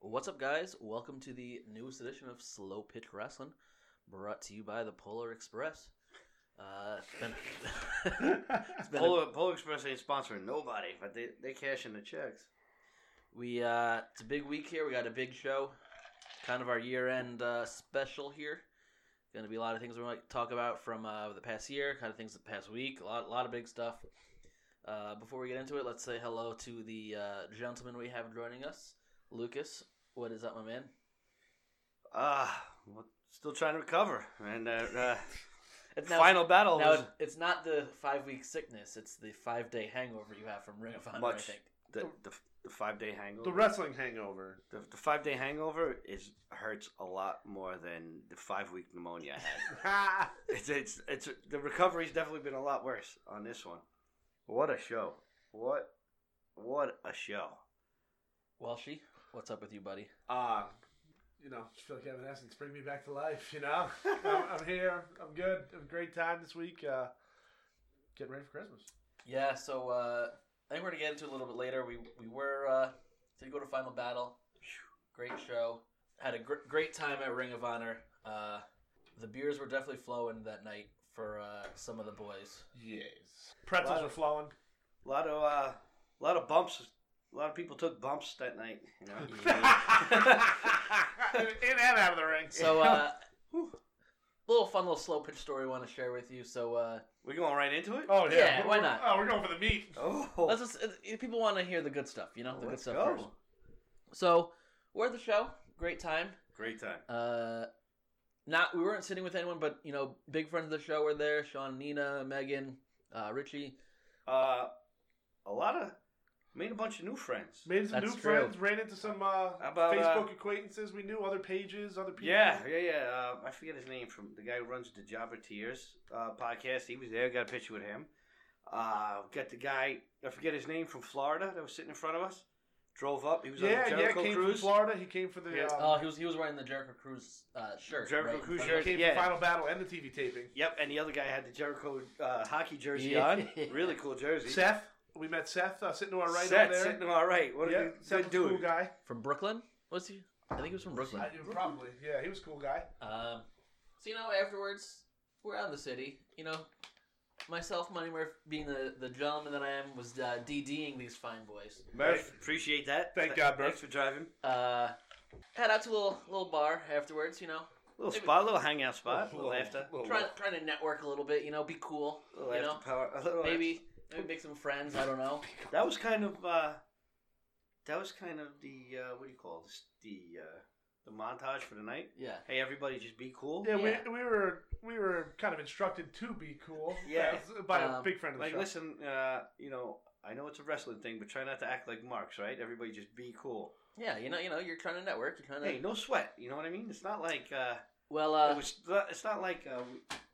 What's up, guys? Welcome to the newest edition of Slow Pitch Wrestling, brought to you by the Polar Express. Uh, it's been, it's been a- Polo, Polo Express ain't sponsoring nobody, but they they cashing the checks. we uh, it's a big week here. We got a big show, kind of our year-end uh, special here. Going to be a lot of things we might talk about from uh, the past year, kind of things the past week. A lot, a lot of big stuff. Uh, before we get into it, let's say hello to the uh, gentleman we have joining us, Lucas. What is up, my man? Ah, well, still trying to recover, and uh, uh, It's now- final battle Now was it- it's not the five week sickness; it's the five day hangover you have from Ring of Honor. I much think the, the, the five day hangover. The wrestling hangover. the, the five day hangover is hurts a lot more than the five week pneumonia I had. Ha! it's, it's it's the recovery's definitely been a lot worse on this one. What a show! What what a show! Welshy, what's up with you, buddy? Uh, you know, just feel like Evanescence bring me back to life, you know? I'm, I'm here. I'm good. Have a great time this week. Uh, getting ready for Christmas. Yeah, so uh, I think we're gonna get into it a little bit later. We we were uh, did go to Final Battle. Great show. Had a gr- great time at Ring of Honor. Uh, the beers were definitely flowing that night for uh, some of the boys. Yes. Pretzels Wow. are flowing. A lot of uh, a lot of bumps. A lot of people took bumps that night. You know. in in and out of the ring. So uh, little fun, little slow pitch story I want to share with you. So uh, We're going right into it. oh, yeah. yeah, why We're- not? Oh, we're going for the meat. Oh, let's just if people want to hear the good stuff, you know, the good let's stuff go. first. So we're at the show. Great time. Great time. Uh, not we weren't sitting with anyone, but you know, big friends of the show were there. Sean, Nina, Megan, uh, Richie. Uh, a lot of made a bunch of new friends. Made some That's new true. friends. Ran into some uh, about, Facebook acquaintances we knew, other pages, other people. Yeah, yeah, yeah. Uh, I forget his name from the guy who runs the Java Tears uh, podcast. He was there. Got a picture with him. Uh, got the guy. I forget his name from Florida that was sitting in front of us. Drove up. He was on Yeah, the yeah. Jericho Came from cruise. Florida. He came for the Yeah. um, Oh, he was he was wearing the Jericho Cruise uh, shirt. Jericho right? Cruise But- shirt. came yeah. for Final Battle and the TV taping. Yep, and the other guy had the Jericho uh, hockey jersey Yeah. on. Really cool jersey. Seth. We met Seth uh, sitting to our right Seth over there. sitting to our right. What a yeah, good, Seth good was a dude. cool guy. From Brooklyn, was he? I think he was from Brooklyn. Uh, probably. Yeah, he was a cool guy. Um, so you know, afterwards, we're out in the city. You know, myself, Money Murph, being the, the gentleman that I am, was uh, DDing these fine boys. Murph, appreciate that. Thank Th- God, Thanks for driving. Uh, head out to a little little bar afterwards. You know, Little Maybe- spot, little hangout spot, little after, trying trying to network a little bit. You know, be cool. little you after know, power. a little maybe maybe make some friends. I don't know. after- that was kind of uh, that was kind of the uh, what do you call this? The uh, the montage for the night. Yeah. Hey, everybody, just be cool. Yeah, Yeah. We, we were we were kind of instructed to be cool. Yeah. That was by Um, a big friend of the Like, show. listen, uh, you know, I know it's a wrestling thing, but try not to act like marks, right? Everybody, just be cool. Yeah. You know. You know. You're trying to network. You're trying to. Hey, no sweat. You know what I mean? It's not like. Uh, well, it uh, was, it's not like uh,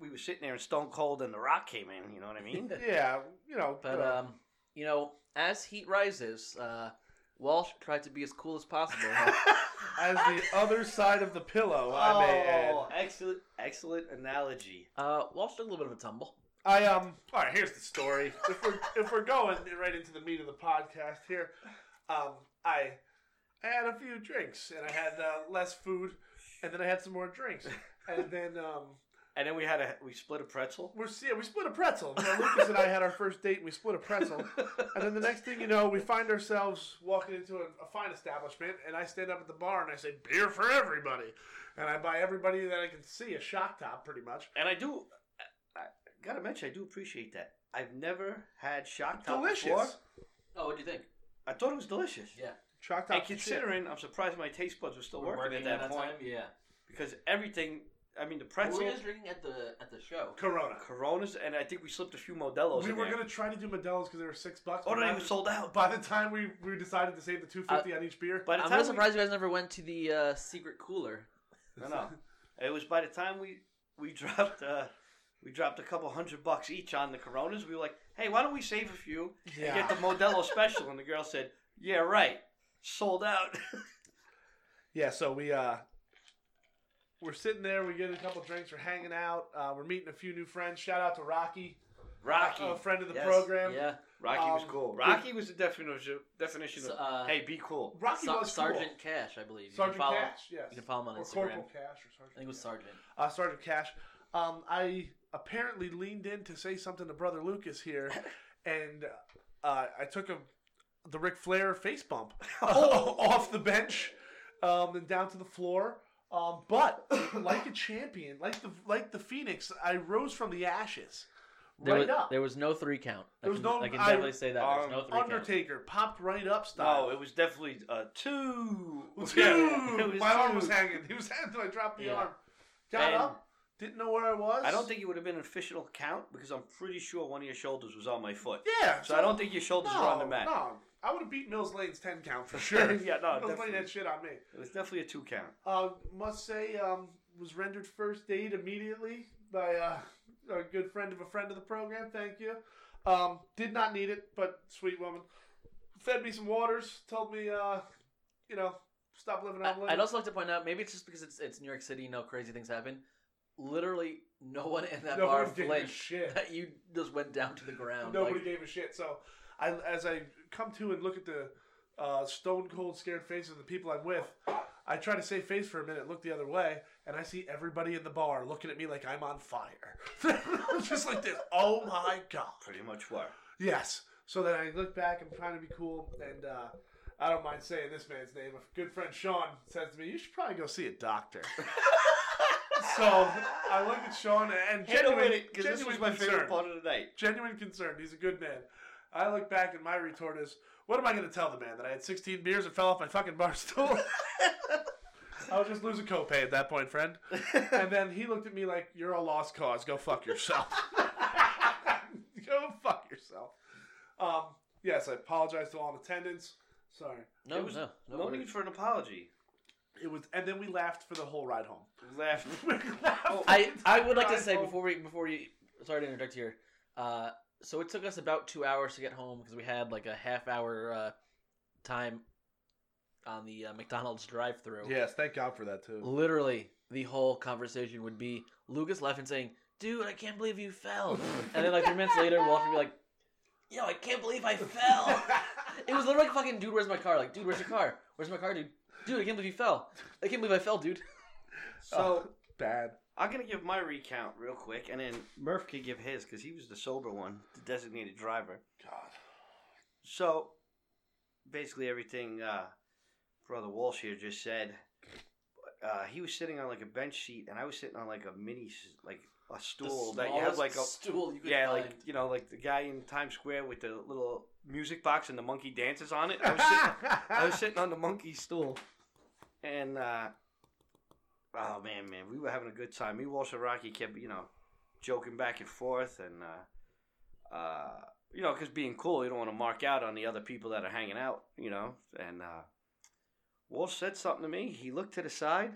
we, we were sitting there and Stone Cold and The Rock came in. You know what I mean? yeah, you know. but uh, um, you know, as heat rises, uh, Walsh tried to be as cool as possible. as the other side of the pillow, I may Oh, add. Oh, excellent, excellent analogy. uh, Walsh took a little bit of a tumble. I um. All right, here's the story. if we're if we're going right into the meat of the podcast here, um, I I had a few drinks and I had uh, less food, and then I had some more drinks, and then um. And then we had a we split a pretzel. We're yeah, we split a pretzel. You know, Lucas and I had our first date, and we split a pretzel. And then the next thing you know, we find ourselves walking into a, a fine establishment, and I stand up at the bar and I say, "Beer for everybody," and I buy everybody that I can see a shock top, pretty much. And I do, I, I gotta mention, I do appreciate that. I've never had shock top before. Delicious. Oh, what do you think? I thought it was delicious. Yeah. Shock top. And considering, I'm surprised my taste buds were still working, at that, point time. Yeah. because everything. I mean, the Well, pretzel, we were just drinking at the at the show. Corona. Coronas, and I think we slipped a few Oh, Modelo's. We in were there. gonna try to do Modelo's because they were six bucks. Oh but no, by it was the- sold out. By the time we, we decided to save the two fifty Uh, on each beer, By the I'm time really we- surprised you guys never went to the uh, secret cooler. No, no. It was by the time we we dropped uh, we dropped a couple hundred bucks each on the Coronas. We were like, hey, why don't we save a few Yeah. and get the Modelo special? And the girl said, yeah, right, sold out. Yeah, so we uh we're sitting there, we get a couple drinks, we're hanging out, uh, we're meeting a few new friends. Shout out to Rocky. Rocky. a friend of the Yes, program. Yeah. Rocky was Um, cool. Rocky was the definition definition So, of uh, hey, be cool. Rocky Sa- was cool. Sergeant Cash, I believe. You Sergeant can follow, Cash, yes. You can follow him on or Instagram. Corporal Cash or Sergeant. I think it was Cash. Sergeant. uh, Sergeant Cash. Um, I apparently leaned in to say something to Brother Lucas here, and uh, I took a the Ric Flair face bump Oh. off the bench um, and down to the floor. Um, but like a champion, like the like the phoenix, I rose from the ashes. There, right was, up, there was no three count. There I was can, no- I can I- definitely say that. There's um, no three count. Undertaker popped right up style. No, it was definitely uh, two. Two! Yeah, it was My arm two. was hanging. He was hanging until I dropped the Yeah. arm. Got And- up. Didn't know where I was. I don't think it would have been an official count because I'm pretty sure one of your shoulders was on my foot. Yeah. So I don't think your shoulders were on the mat. No, I would have beat Mills Lane's ten count for sure. yeah, no, Mills Lane definitely. had shit on me. It was definitely a two count. Uh, must say, um, was rendered first aid immediately by uh, a good friend of a friend of the program. Thank you. Um, did not need it, but sweet woman fed me some waters. Told me, uh, you know, stop living on I, lemon. I'd also like to point out, maybe it's just because it's, it's New York City, you know, crazy ththings happen. Literally, no one in that bar Nobody gave a flinched. shit. That you just went down to the ground. Nobody like, gave a shit. So, I as I come to and look at the uh, stone cold scared faces of the people I'm with, I try to save face for a minute, look the other way, and I see everybody in the bar looking at me like I'm on fire, just like this. Oh my god! Pretty much were. Yes. So then I look back. I'm trying to be cool, and uh, I don't mind saying this man's name. A good friend Sean says to me, "You should probably go see a doctor." so I look at Sean and Hey, no, genuine, wait, 'cause this was genuine my concern favorite part of the night. genuine concern. He's a good man. I look back and my retort is, what am I going to tell the man that I had 16 beers and fell off my fucking bar stool? I was just losing copay at that point, friend. And then he looked at me like, you're a lost cause. Go fuck yourself. Go fuck yourself. Um, yes, I apologize to all in attendance. Sorry. No, It was- no, no. No worries. need for an apology. It was, and then we laughed for the whole ride home. Left. We laughed. Oh, I, I would like to Drive say home. before we before you sorry to interject here. Uh, so it took us about two hours to get home because we had like a half hour uh, time on the uh, McDonald's drive through. Yes, thank God for that too. Literally, the whole conversation would be Lucas laughing, saying, "Dude, I can't believe you fell," and then like three minutes later, Walter would be like, "Yo, I can't believe I fell." It was literally like fucking, dude, where's my car? Like, dude, where's your car? Where's my car, dude? Dude, I can't believe you fell. I can't believe I fell, dude. So bad. I'm gonna give my recount real quick, and then Murph can give his because he was the sober one, the designated driver. God. So basically, everything uh, Brother Walsh here just said. Uh, he was sitting on like a bench seat, and I was sitting on like a mini, s- like a stool that you have smallest like a stool you could yeah, find. like you know, like the guy in Times Square with the little music box and the monkey dances on it. I was sitting, I was sitting on the monkey stool, and uh, oh man, man, we were having a good time. Me, Walsh, and Rocky kept you know joking back and forth, and uh, uh, you know, because being cool, you don't want to mark out on the other people that are hanging out, you know. And uh, Walsh said something to me. He looked to the side,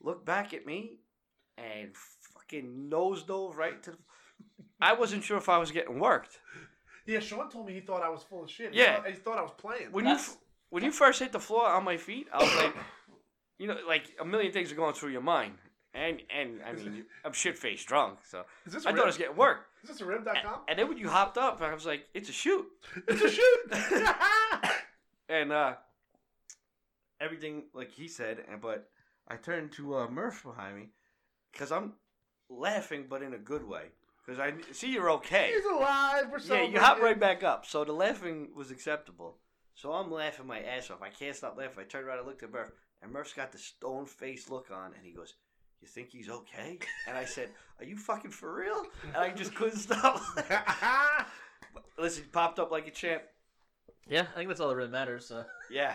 looked back at me, and fucking nose dove right to. the... I wasn't sure if I was getting worked. Yeah, Sean told me he thought I was full of shit. He Yeah. thought, he thought I was playing. When you That's- f- when you first hit the floor on my feet, I was like, you know, like a million things are going through your mind, and and I mean, I'm shit faced drunk, so Is this I rim? thought I was getting worked. Is this a rim.com? And then when you hopped up, I was like, it's a shoot, it's a shoot. and uh, everything like he said, and but I turned to uh, Murph behind me because I'm laughing, but in a good way, because I see you're okay. He's alive. We're Yeah, celebrating. you hop right back up. So the laughing was acceptable. So I'm laughing my ass off. I can't stop laughing. I turned around and looked at Murph, and Murph's got the stone face look on, and he goes, "You think he's okay?" And I said, "Are you fucking for real?" And I just couldn't stop. laughing. Listen, he popped up like a champ. yeah, I think that's all that really matters. Uh, Yeah,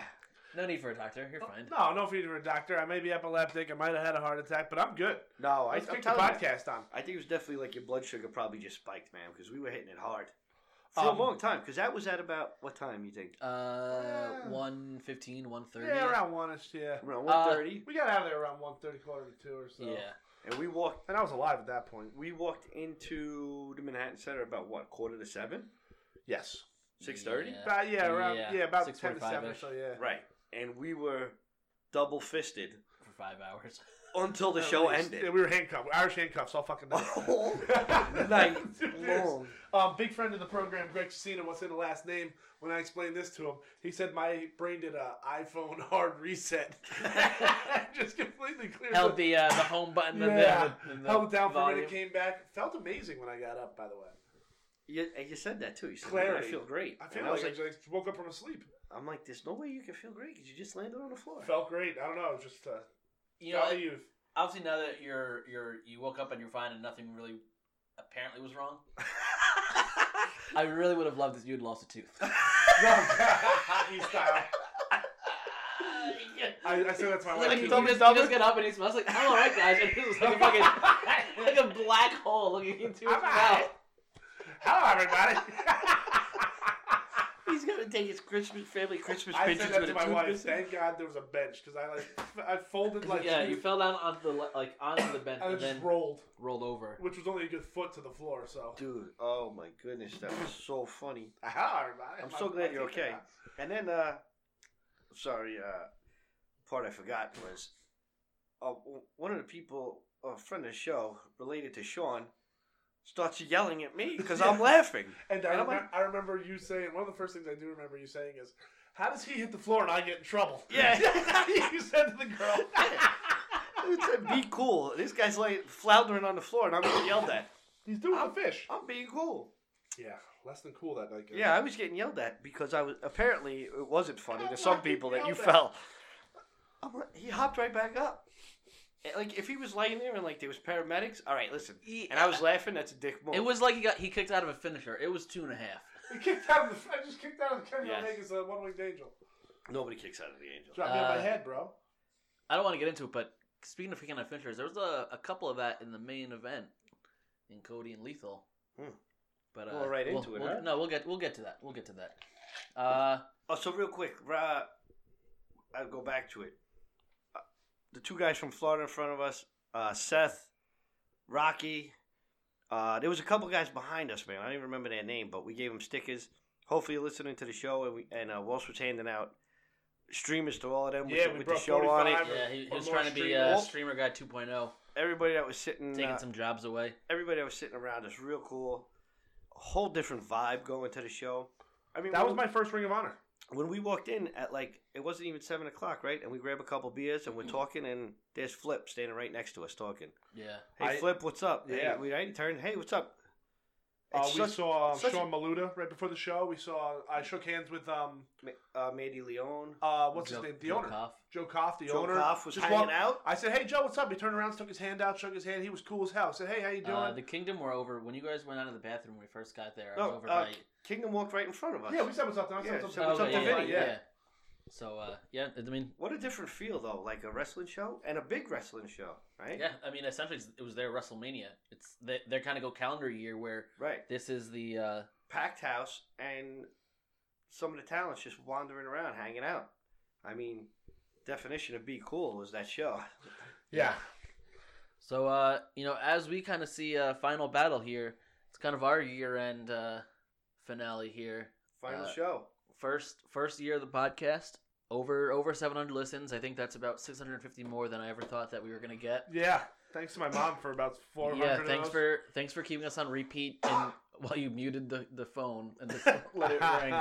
no need for a doctor. You're fine. No, no feed for a doctor. I may be epileptic. I might have had a heart attack, but I'm good. no, I, Let's I'm kick the telling you, podcast on. I think it was definitely like your blood sugar probably just spiked, man, because we were hitting it hard for Um, a long time. Because that was at about what time you think? Uh, Yeah. one fifteen, one thirty. Yeah, around one ish. Yeah, Around one thirty, we got out of there around one thirty, quarter to two or so. Yeah. and we walked and I was alive at that point. We walked into the Manhattan Center about what quarter to seven, Yes, six thirty, Yeah. about yeah, around yeah, Yeah, about ten to 6:45 seven. -ish. So yeah, right? And we were double fisted For five hours. until the show At least. Yeah, ended. we were handcuffed. Irish handcuffs all fucking night. All night long. Um, big friend of the program, Greg Cicino, what's in the last name? When I explained this to him, he said my brain did a iPhone hard reset. Just completely cleared Held it. the uh, the home button. and Yeah. the, and the Held it down for a volume. minute, came back. Felt amazing when I got up, by the way. You, and you said that too. You said, Clarity. "Man, I feel great. I And feel I was like, like, I just woke up from a sleep. I'm like, there's no way you can feel great because you just landed on the floor. Felt great. I don't know. Just uh, You know, got me youth. obviously now that you're you're you woke up and you're fine and nothing really apparently was wrong. I really would have loved if you had lost a tooth. Hockey style. I, I say that's my Like, wife. he, too. just, he just got up and he smells like, I'm alright, guys. And this was like a fucking, like a black hole looking into his I'm mouth. alright. Hello, everybody. He's gonna take his Christmas family Christmas I pictures said that with to a my wife. toothpick. Thank God there was a bench because I like f- I folded like yeah, two, you fell down onto the le- like onto the bench and I and just then rolled, rolled over. which was only a good foot to the floor. So Dude, oh my goodness, that was so funny. hello, everybody. I'm My- so glad my you're tooth came okay. out. And then, uh, sorry, uh, part I forgot was uh, w- one of the people, a friend of the show, related to Sean, starts yelling at me because I'm laughing. And I, And I'm remem- I remember you saying one of the first things I do remember you saying is, "How does he hit the floor and I get in trouble?" Yeah. you said to the girl. It's a be cool. This guy's like floundering on the floor, and I'm getting yelled at. He's doing Um, the fish. I'm being cool. Yeah, less than cool that night. guys. Yeah, I was getting yelled at because I was apparently it wasn't funny I'm to some not people that you getting yelled at. fell. I'm like, he hopped right back up. And, Like if he was laying there and like there was paramedics, all right, listen. And I was laughing. That's a dick move. It was like he got he kicked out of a finisher. It was two and a half. I kicked out of the. I just kicked out of the Kenny Yes. Omega's uh, one winged angel. nobody kicks out of the angel. Dropped down Uh, my head, bro. I don't want to get into it, but speaking of kicking out of finishers, there was a, a couple of that in the main event in Cody and Lethal. Hmm. But uh, Well, right we'll- into it, we'll- huh? No, we'll get we'll get to that. We'll get to that. Uh, Oh, so real quick, uh, I'll go back to it. Uh, the two guys from Florida in front of us, uh, Seth, Rocky. Uh, there was a couple guys behind us, man. I don't even remember their name, but we gave them stickers. Hopefully, you're listening to the show, and we and uh, Walsh was handing out streamers to all of them with, Yeah, the, we with the brought show on it. 45. yeah, he, he Or was more trying to be stream- uh, Well- streamer guy 2.0, Everybody that was sitting, taking uh, some jobs away. everybody that was sitting around us, real cool. A whole different vibe going to the show. I mean, That when- was my first Ring of Honor. when we walked in at like it wasn't even seven o'clock, right? And we grab a couple beers and we're Mm. talking, and there's Flip standing right next to us talking. Yeah, Hey, I- Flip, what's up? Yeah. Hey, we right turned. Hey, what's up? Uh, It's we such- saw um, such a- Sean Maluda right before the show. We saw I shook hands with um Ma- uh, Mandy Leon, uh what's Joe- his name the Joe owner Koff. Joe Koff the Joe owner Koff was Just hanging walked- out. I said hey Joe what's up he turned around stuck his hand out shook his hand he was cool as hell I said hey how you doing Uh, the Kingdom were over when you guys went out of the bathroom when we first got there. I was No, over uh, by Kingdom walked right in front of us. yeah we said what's up I said, Yeah, Oh, what's said up, Oh, what's up okay, to yeah, Vinny yeah, yeah, yeah. So uh, yeah, I mean, What a different feel though, like a wrestling show and a big wrestling show, right? yeah, I mean, essentially it's- it was their WrestleMania. It's they, their kind of go calendar year where Right. this is the uh, Packed house and some of the talents just wandering around, hanging out. I mean, definition of be cool was that show. yeah. So, uh, you know, as we kind of see a final battle here, it's kind of our year-end uh, finale here. Final Uh, show. First, first year of the podcast, over over 700 listens. I think that's about 650 more than I ever thought that we were gonna get. Yeah. thanks to my mom for about four hundred Yeah, of thanks those. for thanks for keeping us on repeat and while you muted the, the phone and just let it ring.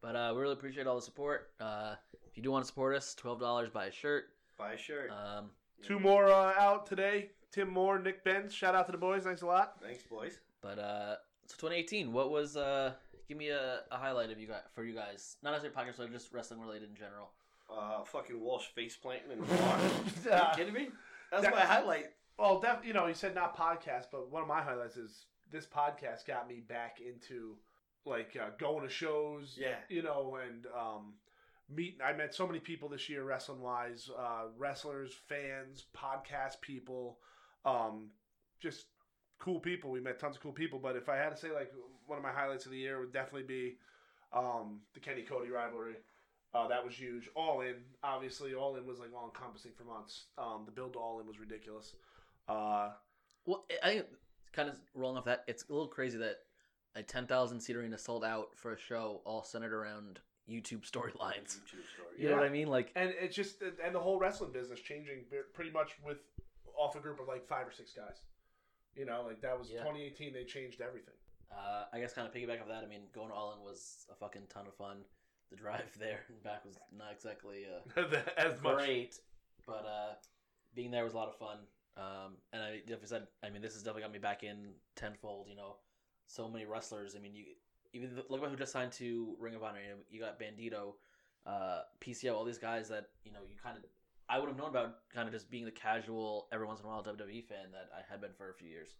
But uh, we really appreciate all the support. Uh, if you do want to support us, twelve dollars buy a shirt. Buy a shirt. Um, Two more uh, out today. Tim Moore, Nick Benz. Shout out to the boys. Thanks a lot. Thanks, boys. But uh, so 2018, what was uh? Give me a, a highlight of you guys for you guys, not necessarily podcast, but just wrestling related in general. Uh, fucking Walsh face planting in the bar. Are you Uh, kidding me? That's That- my highlight. well, def- you know, you said not podcast, but one of my highlights is this podcast got me back into like uh, going to shows. Yeah. You know, and um, meet. I met so many people this year, wrestling wise, uh, wrestlers, fans, podcast people, um, just cool people. We met tons of cool people. But if I had to say like one of my highlights of the year would definitely be um, the Kenny Cody rivalry. Uh, that was huge. All in, obviously, all in was like all encompassing for months. Um, the build to all in was ridiculous. Uh, Well, I- I think kind of rolling off that, it's a little crazy that a 10,000 seat arena sold out for a show all centered around YouTube storylines. YouTube story. You know what I mean? Like and it's just and the whole wrestling business changing be- pretty much with off a group of like five or six guys. You know, like that was Yeah. 2018. They changed everything. Uh, I guess kind of piggyback off that. I mean, going all in was a fucking ton of fun. The drive there and back was not exactly uh, As great, but uh, being there was a lot of fun. Um, and I, like I said, I mean, this has definitely got me back in tenfold. You know, so many wrestlers. I mean, you even th- look about who just signed to Ring of Honor. You, know, you got Bandito, uh, PCO, all these guys that you know you kind of I would have known about, kind of just being the casual every once in a while WWE fan that I had been for a few years.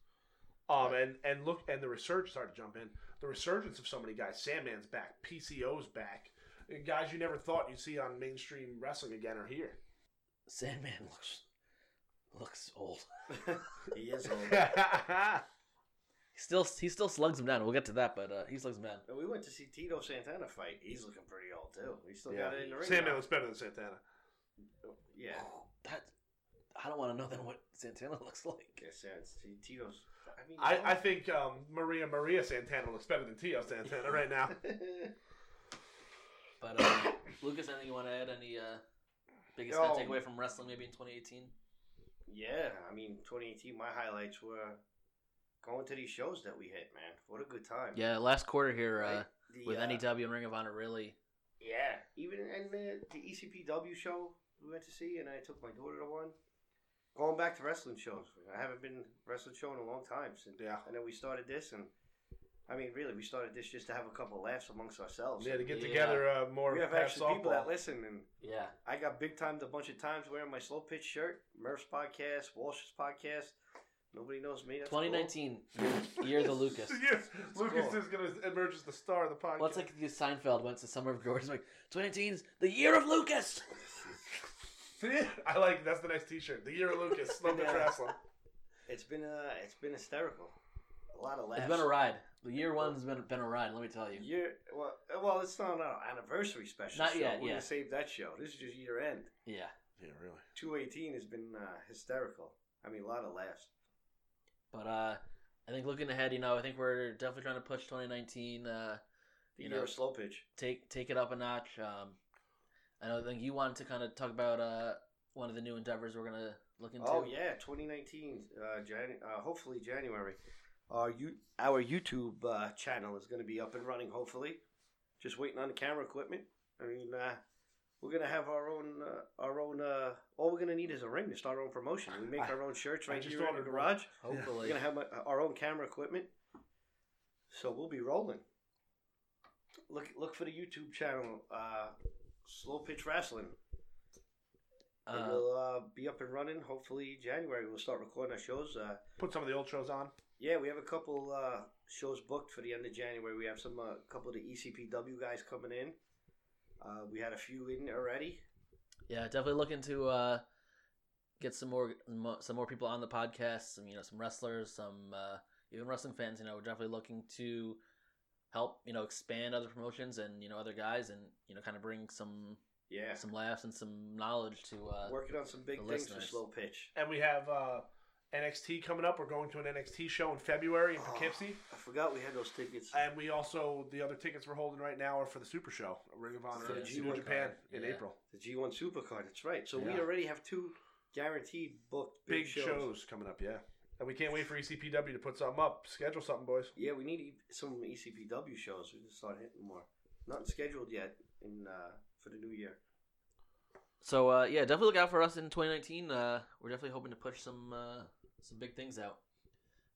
Um, and and look, and the resurgence started to jump in. The resurgence of so many guys. Sandman's back. PCO's back. and Guys you never thought you'd see on mainstream wrestling again are here. Sandman looks looks old. he is old. He still he still slugs him down. We'll get to that, but uh, he slugs him down. And we went to see Tito Santana fight. He's looking pretty old too. He still got it in the ring. Sandman now. looks better than Santana. Yeah. Oh, That I don't want to know then what Santana looks like. Yeah, Sans- see, Tito's. I mean, I, I think um, Maria Maria Santana looks better than Tio Santana right now. But uh, Lucas, anything you want to add? Any uh, biggest kind of No. takeaway from wrestling maybe in 2018? yeah. I mean, 2018. My highlights were going to these shows that we hit. Man, what a good time. Yeah, last quarter here Right? uh, The, with uh, NEW and Ring of Honor really. Yeah, even and the, the E ECPW show we went to see, and I took my daughter to one. Going back to wrestling shows, I haven't been wrestling show in a long time since. Yeah. And then we started this, and I mean, really, we started this just to have a couple laughs amongst ourselves. Yeah, to get Yeah. together uh, more. we have past actually people softball. that listen, and Yeah, I got big timed a bunch of times wearing my slow pitch shirt, Murph's podcast, Walsh's podcast. Nobody knows me. That's cool. 2019 year of the Lucas. yes, Lucas cool. is going to emerge as the star of the podcast. Well, it's like the Seinfeld went to Summer of Glory. It's like 2019's the year of Lucas. I like that's the next T-shirt. The year of Lucas, Slumber Yeah. Wrestling. It's been uh, it's been hysterical. A lot of laughs. It's been a ride. The year one's been been a ride. Let me tell you. Year well, uh, well, it's not an anniversary special. Not so yet, We're yeah. gonna save that show. This is just year end. Yeah. Yeah, really. Two eighteen has been uh, hysterical. I mean, a lot of laughs. But uh, I think looking ahead, you know, I think we're definitely trying to push 2019. Uh, The You year know. of slow pitch. take take it up a notch. Um, I know. I think you wanted to kind of talk about uh, one of the new endeavors we're gonna look into. Oh yeah, twenty nineteen. Uh, Jan- uh, hopefully January. Our you our YouTube uh, channel is gonna be up and running. Hopefully, just waiting on the camera equipment. I mean, uh, we're gonna have our own uh, our own. Uh, all we're gonna need is a ring to start our own promotion. We make our own shirts I right just here in the ordered one. garage. We're Hopefully. gonna have my, our own camera equipment, so we'll be rolling. Look, look for the YouTube channel, uh, Slow Pitch Wrestling. And Uh, we'll uh, be up and running. Hopefully, January we'll start recording our shows. Uh, Put some of the old shows on. yeah, we have a couple uh, shows booked for the end of January. We have some uh, couple of the ECPW guys coming in. Uh, we had a few in already. yeah, definitely looking to uh, get some more mo- some more people on the podcast. Some you know some wrestlers, some uh, even wrestling fans. You know, we're definitely looking to help you know expand other promotions and you know other guys and you know kind of bring some Yeah, some laughs and some knowledge to uh, working on some big the things listeners. for Slow Pitch. And we have uh, NXT coming up. We're going to an NXT show in February in Poughkeepsie. I forgot we had those tickets. And we also the other tickets we're holding right now are for the Super Show, Ring of Honor, For the in G1 New Japan card. in Yeah. April. The G1 Supercard, that's right. So we Yeah. already have two guaranteed booked Big, shows. coming up, yeah. And we can't wait for E ECPW to put something up. Schedule something, boys. Yeah, we need E- some ECPW shows. We just start hitting more. Nothing scheduled yet in uh, for the new year. So uh, yeah, definitely look out for us in 2019. Uh, we're definitely hoping to push some uh, some big things out.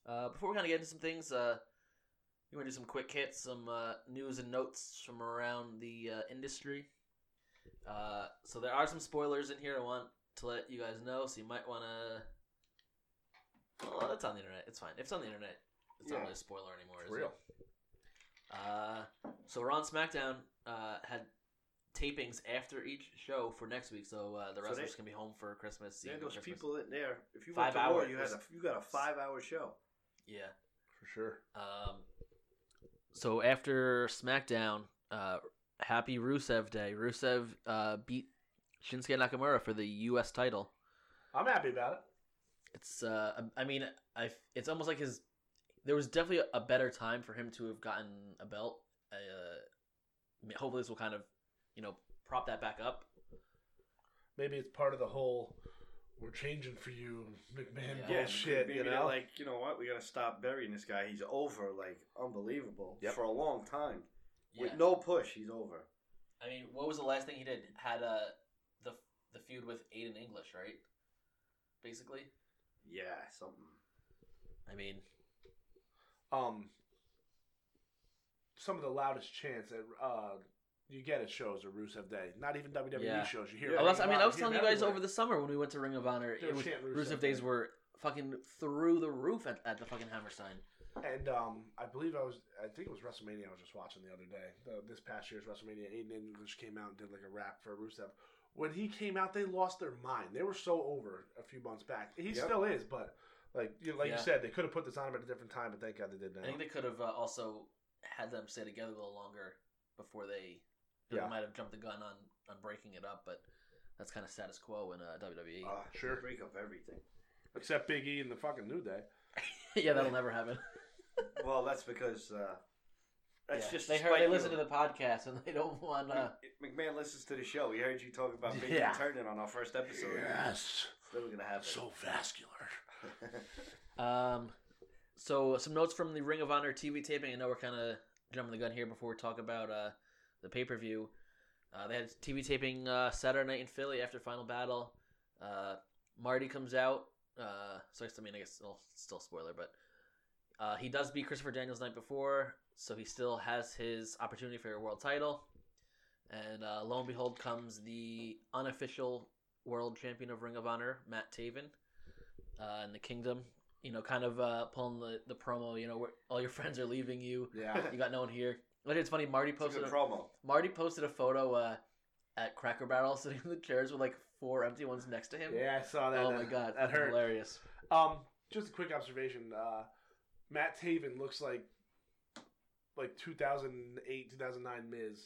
Uh, before we kind of get into some things, uh, we want to do some quick hits, some uh, news and notes from around the uh, industry. Uh, so there are some spoilers in here. I want to let you guys know, so you might want to. Well, it's on the internet. It's fine. If it's on the internet, it's not Yeah. really a spoiler anymore. It's is it? real. Uh, so Raw and SmackDown uh, had tapings after each show for next week, so uh, the So wrestlers they- can be home for Christmas. Yeah, Eve and those Christmas. people in there. If you Five went to war, hours. you had a you got a five hour show. Yeah. For sure. Um, so after SmackDown, uh, Happy Rusev Day. Rusev uh, beat Shinsuke Nakamura for the U.S. title. I'm happy about it. It's uh, I I mean, I it's almost like his. There was definitely a better time for him to have gotten a belt. Uh, hopefully, this will kind of you know, prop that back up. Maybe it's part of the whole "we're changing for you, McMahon" Yeah, bullshit. maybe you they're know, like you know what? We gotta stop burying this guy. He's over, like unbelievable Yep. for a long time Yeah. with no push. He's over. I mean, what was the last thing he did? Had uh the the feud with Aiden English, right? Basically. Yeah, something. I mean, um, some of the loudest chants that uh, you get at shows are Rusev Day. Not even WWE Yeah. shows. You hear. Yeah, it. unless, I mean, I was hear it telling you guys everywhere. over the summer when we went to Ring of Honor, They were it was, chanting Rusev Rusev days Day. were fucking through the roof at, at the fucking Hammerstein. And um, I believe I was, I think it was WrestleMania I was just watching the other day. The, this past year's WrestleMania, Aiden English came out and did like a rap for Rusev. When he came out, they lost their mind. They were so over a few months back. He Yep. still is, but like you, like Yeah. you said, they could have put this on him at a different time, but thank God they did now. I think they could have uh, also had them stay together a little longer before they, Yeah. they might have jumped the gun on on breaking it up, but that's kind of status quo in uh, WWE. Ah, Sure. break up everything. Except Big E and the fucking New Day. yeah, that'll never happen. well, that's because uh, that's Yeah. just they to heard, they spite listen to you. the podcast and they don't want. Uh, McMahon listens to the show. He heard you talk about Big Yeah. E turning on our first episode. Yes, It's never gonna happen. vascular. Um, so some notes from the Ring of Honor TV taping. I know we're kind of jumping the gun here before we talk about uh, the pay per view. Uh, they had TV taping uh, Saturday night in Philly after Final Battle. Uh, Marty comes out. Uh, so I guess- I mean I guess well, still spoiler, but uh, he does beat Christopher Daniels the night before, so he still has his opportunity for a world title. And uh, lo and behold, comes the unofficial world champion of Ring of Honor, Matt Taven, uh, in the Kingdom you know, kind of uh, pulling the, the promo, you know, where all your friends are leaving you. Yeah, You got no one here. But it's funny, Marty It's a posted good a, promo. Marty posted a photo uh, at Cracker Barrel sitting in the chairs with like four empty ones next to him. yeah, I saw that. oh That- my god, that that's hurt. hilarious. Um, just a quick observation. Uh, Matt Taven looks like like 2008, 2009 Miz,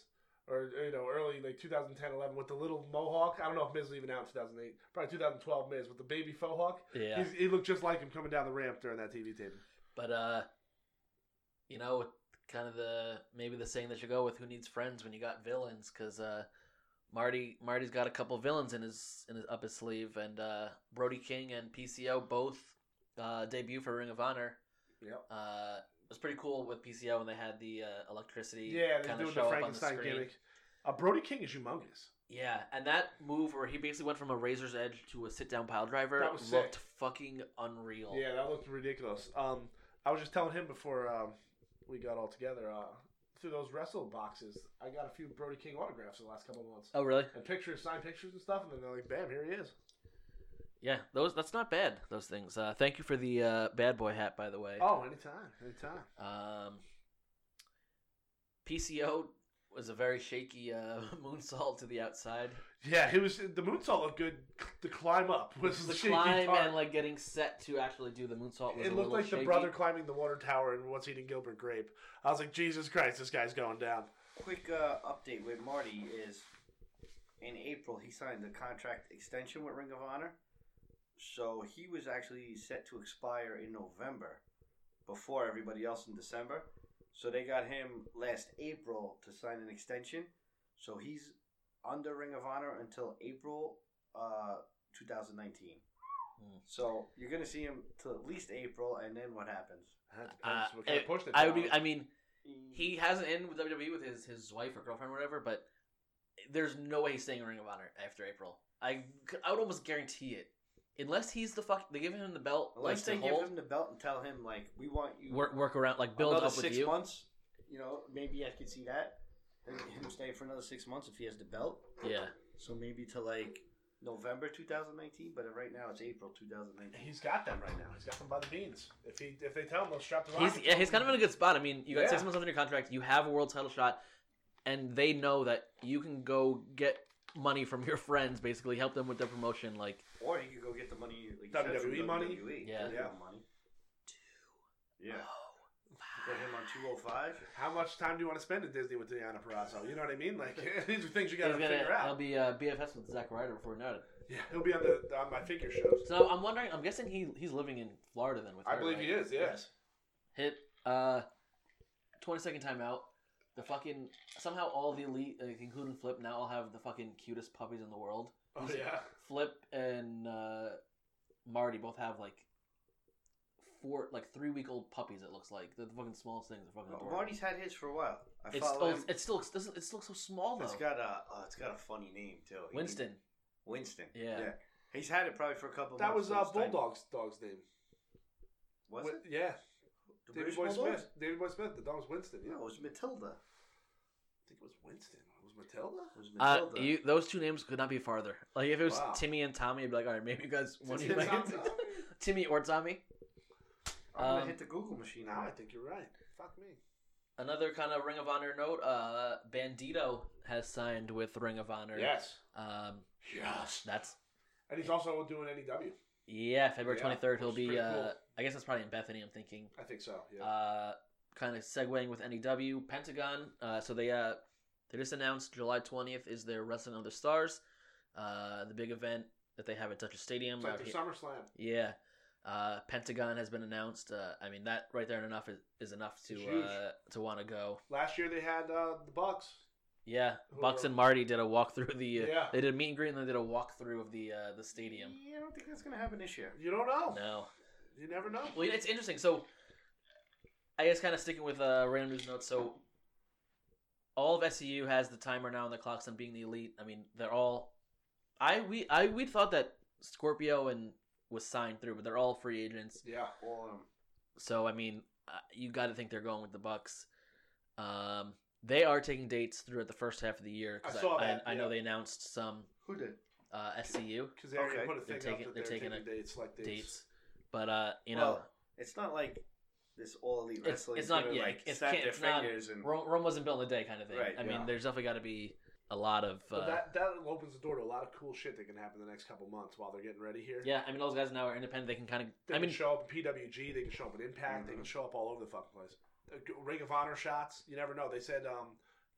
or you know, early like 2010, 11 with the little mohawk. I don't know if Miz was even out in 2008, probably 2012 Miz with the baby faux hawk. Yeah, He's, he looked just like him coming down the ramp during that TV tape. but uh, you know, kind of the maybe the saying that you go with "Who needs friends when you got villains?" Because uh, Marty Marty's got a couple villains in his in his up his sleeve, and uh, Brody King and PCO both uh, debut for Ring of Honor. Yep. uh, it was pretty cool with PCO when they had the uh, electricity Yeah, they're kind of doing the show up on the Frankenstein screen. gimmick. Uh, Brody King is humongous. Yeah, and that move where he basically went from a razor's edge to a sit down pile driver That was looked sick. fucking unreal. Yeah, that looked ridiculous. Um, I was just telling him before um, we got all together. Uh, through those wrestle boxes, I got a few Brody King autographs in the last couple of months. Oh really? and pictures, signed pictures and stuff, and then they're like, "Bam, here he is." Yeah, those that's not bad. Those things. Uh, thank you for the uh, bad boy hat, by the way. Oh, anytime, anytime. Um, PCO was a very shaky uh, moonsault to the outside. Yeah, he was. The moonsault looked good. The climb up was the, The shaky climb part. and like getting set to actually do the moonsault was a it looked little like shaky. the brother climbing the water tower and what's eating Gilbert Grape. I was like, Jesus Christ, this guy's going down. Quick uh, update with Marty is in April he signed the contract extension with Ring of Honor. So he was actually set to expire in November before everybody else in December. So they got him last April to sign an extension. So he's under Ring of Honor until April uh, 2019. Hmm. So you're going to see him till at least April, and then what happens? That depends Uh, what kind it- of push they I would put be. on. I mean, he has an in with WWE with his his wife or girlfriend or whatever, but there's no way he's staying in Ring of Honor after April. I could- I would almost guarantee it, unless he's the fuck. They give him the belt, like Unless to they give hold, him the belt and tell him, like, we want you. work work around, like build another up with six you. months. You know, maybe I could see that and him staying for another six months if he has the belt. Yeah, So maybe to like November 2019, but right now it's April 2019. He's got them right now. He's got them by the beans. If he, if they tell him, they'll strap the he's rocket yeah he's kind of in a good spot. I mean, you got six Yeah. months left on your contract. You have a world title shot, and they know that you can go get money from your friends, basically help them with their promotion. Like Or he could go get the money. Like you said, from WWE E money? WWE. Yeah. Oh, Give him money. Yeah. Put him on 205. How much time do you want to spend at Disney with Diana Perazzo? You know what I mean? Like these are things you got he's to gonna, figure I'll out. be uh, BFS with Zack Ryder before we know it. Yeah, he'll be on the on my figure shows. So I'm wondering. I'm guessing he he's living in Florida then. With I her, believe right? he is. Yes. hit uh 20 second timeout The fucking somehow all the elite, like, including Flip, now all have the fucking cutest puppies in the world. Oh yeah. Flip and uh, Marty both have like four, like three week old puppies. It looks like they're the fucking smallest things. They're fucking Well, adorable. Marty's had his for a while. I it's, follow oh, him. it's still it doesn't- it still looks so small though. It's got a uh, it's got a funny name too. He- Winston. Winston. Yeah. He's had it probably for a couple. That months, was so uh, it's tiny. Bulldog's dog's name. Was Wi- it? Yeah. The British David Boy Bulldogs? Smith. David Boy Smith. The dog was Winston. Yeah. No, it was Matilda. I think it was Winston. Was Matilda? It was Uh, Matilda. you, those two names could not be farther. Like if it was Wow. Timmy and Tommy, I'd be like, all right, maybe you guys one of you Timmy might and get Tommy. to- Timmy or Tommy. I'm gonna Um, hit the Google machine Now now. I think you're right. Fuck me. Another kind of Ring of Honor note: uh, Bandito has signed with Ring of Honor. Yes. Um, Yes. that's And he's also doing E NEW. yeah, February Yeah, twenty third. He'll which is be. pretty Uh, cool. I guess that's probably in Bethany. I'm thinking. I think so. Yeah. Uh, kind of segueing with NEW Pentagon. Uh, so they uh, they just announced July twentieth is their Wrestling of the Stars, uh, the big event that they have at Dutchess Stadium. it's like out their here- SummerSlam. Yeah. Uh, Pentagon has been announced. Uh, I mean, that right there and enough is, is enough It's to huge. uh, to want to go. Last year they had uh, the Bucks. Yeah, Who Bucks are- and Marty did a walk through the. Uh, Yeah. They did a meet and greet and they did a walk through of the uh, the stadium. Yeah, I don't think that's gonna happen this year. You don't know. No, You never know. well, it's interesting. So, I guess kind of sticking with uh, random news notes. So, all of SEU has the timer now and the clocks on being the elite. I mean, they're all. I we I we thought that Scorpio and was signed through, but they're all free agents. Yeah. All of them. So I mean, uh, you got to think they're going with the Bucks. Um, they are taking dates throughout the first half of the year. 'cause I saw that, I, I know yeah. they announced some Who did? uh, SCU Because they already Okay. put a They're thing taking- up that they're they're, taking taking, a- dates like dates. dates, but uh, you Well, it's not like this all elite It's- wrestling. it's not- gonna, yeah, like it's snap can't- their it's not- fingers know, and Rome, Rome wasn't built in a day, kind of thing. Right, I mean, yeah. there's definitely got to be a lot of But uh, that that opens the door to a lot of cool shit that can happen the next couple months while they're getting ready here. yeah. I mean, those guys now are independent. They can kind They of. I can mean, show up in PWG. They can show up in Impact. They Mhm. can show up all over the fucking place. Uh, g- Ring of Honor shots. You never know. They said um,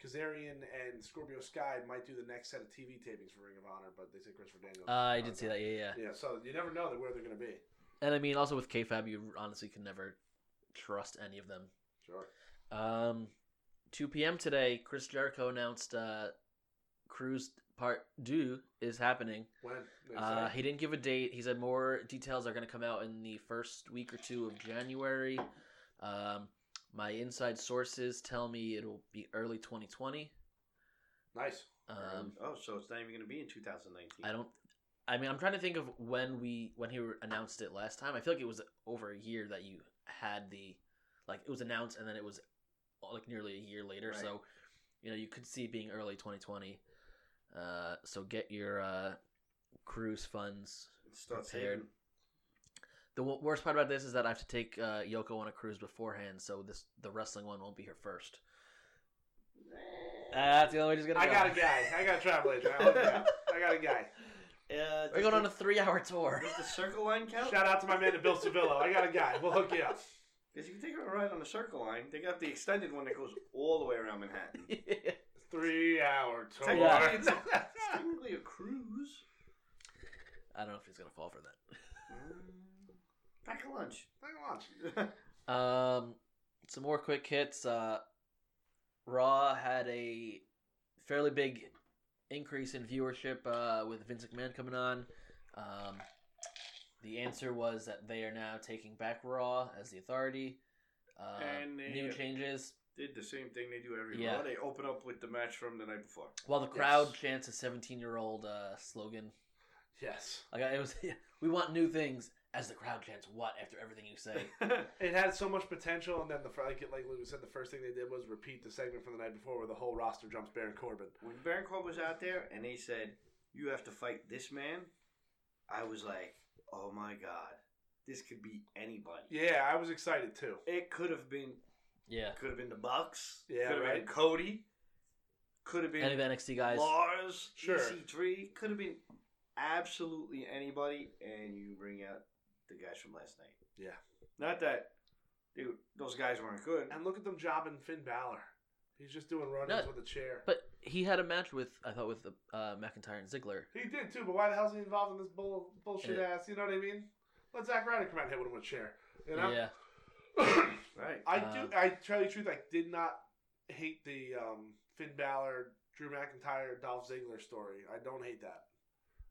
Kazarian and Scorpio Sky might do the next set of TV tapings for Ring of Honor, but they said Christopher Daniels. uh, I did see that. Yeah, yeah. Yeah, so you never know where they're going to be. And I mean, also with KFAB, you honestly can never trust any of them. Sure. Um, 2 p.m. today, Chris Jericho announced uh, Cruise Part 2 is happening. When? They Uh, say? he didn't give a date. He said more details are going to come out in the first week or two of January. Um, my inside sources tell me it'll be early 2020. nice. Um, oh, so it's not even gonna be in 2019. I don't. I mean, I'm trying to think of when we when he announced it last time. I feel like it was over a year that you had the, like it was announced and then it was, uh, like nearly a year later. Right. So, you know, you could see it being early 2020. Uh, so get your uh, cruise funds Start prepared. saving. The w- worst part about this is that I have to take uh, Yoko on a cruise beforehand, so this the wrestling one won't be here first. that's the only way she's gonna. I go. got a guy. I got a travel agent. I, help you out. I got a guy. Uh, We're does going on the- a three-hour tour. Does the circle line count? Shout out to my man, Bill Civillo. I got a guy. We'll hook you up. Because you can take a ride on the circle line. They got the extended one that goes all the way around Manhattan. Three hour tour. Technically, it's a- It's technically a cruise. I don't know if he's gonna fall for that. Mm, Pack a lunch. Um, some more quick hits. Uh, Raw had a fairly big increase in viewership uh, with Vince McMahon coming on. Um, the answer was that they are now taking back Raw as the authority. Uh, And they- new changes. Did the same thing they do every Yeah. Raw. They open up with the match from the night before. While the crowd Yes. chants a 17 year old uh, slogan. Yes. Like I- it was, we want new things. As the crowd chants, what after everything you say? It had so much potential, and then the fir- like, like Lou said, the first thing they did was repeat the segment from the night before, where the whole roster jumps Baron Corbin. when Baron Corbin was out there and they said, "You have to fight this man," I was like, "Oh my god, this could be anybody." Yeah, I was excited too. It could have been, Yeah, could have been the Bucks. Yeah, could have right. been Cody. Could have any been of the NXT guys. Lars. Sure. EC3 could have been absolutely anybody, and you bring out the guys from last night. Yeah. Not that, dude, those guys weren't good. And look at them jobbing Finn Balor. He's just doing run-ins No, with a chair. But he had a match with I thought with uh, McIntyre and Ziggler. he did too, but why the hell's he involved in this bull, bullshit Yeah. ass? You know what I mean? Let Zack Ryder come out and hit with him with a chair. You know? Yeah, Right. I Uh, do. I tell you the truth. I did not hate the um, Finn Balor, Drew McIntyre, Dolph Ziggler story. I don't hate that.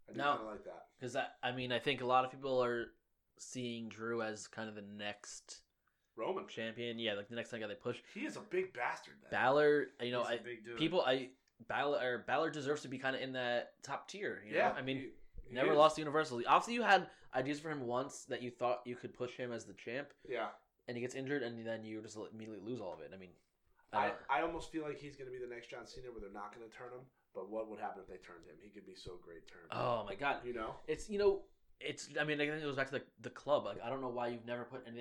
I do No. kind of like that. Because I, I mean, I think a lot of people are seeing Drew as kind of the next Roman, champion. Yeah, like the next guy they push. he is a big bastard. Man. Balor, you know, He's I, a big dude. people, I Balor, or Balor deserves to be kind of in that top tier. You know? yeah, I mean, he- he never is. lost the Universal. Obviously, you had ideas for him once that you thought you could push him as the champ, Yeah, and he gets injured, and then you just immediately lose all of it. I mean, I I, don't- I almost feel like he's going to be the next John Cena, where they're not going to turn him. But what would happen if they turned him? He could be so great turned. oh my god, you know, it's you know, it's. I mean, I think it goes back to the the club. Like, I don't know why you've never put them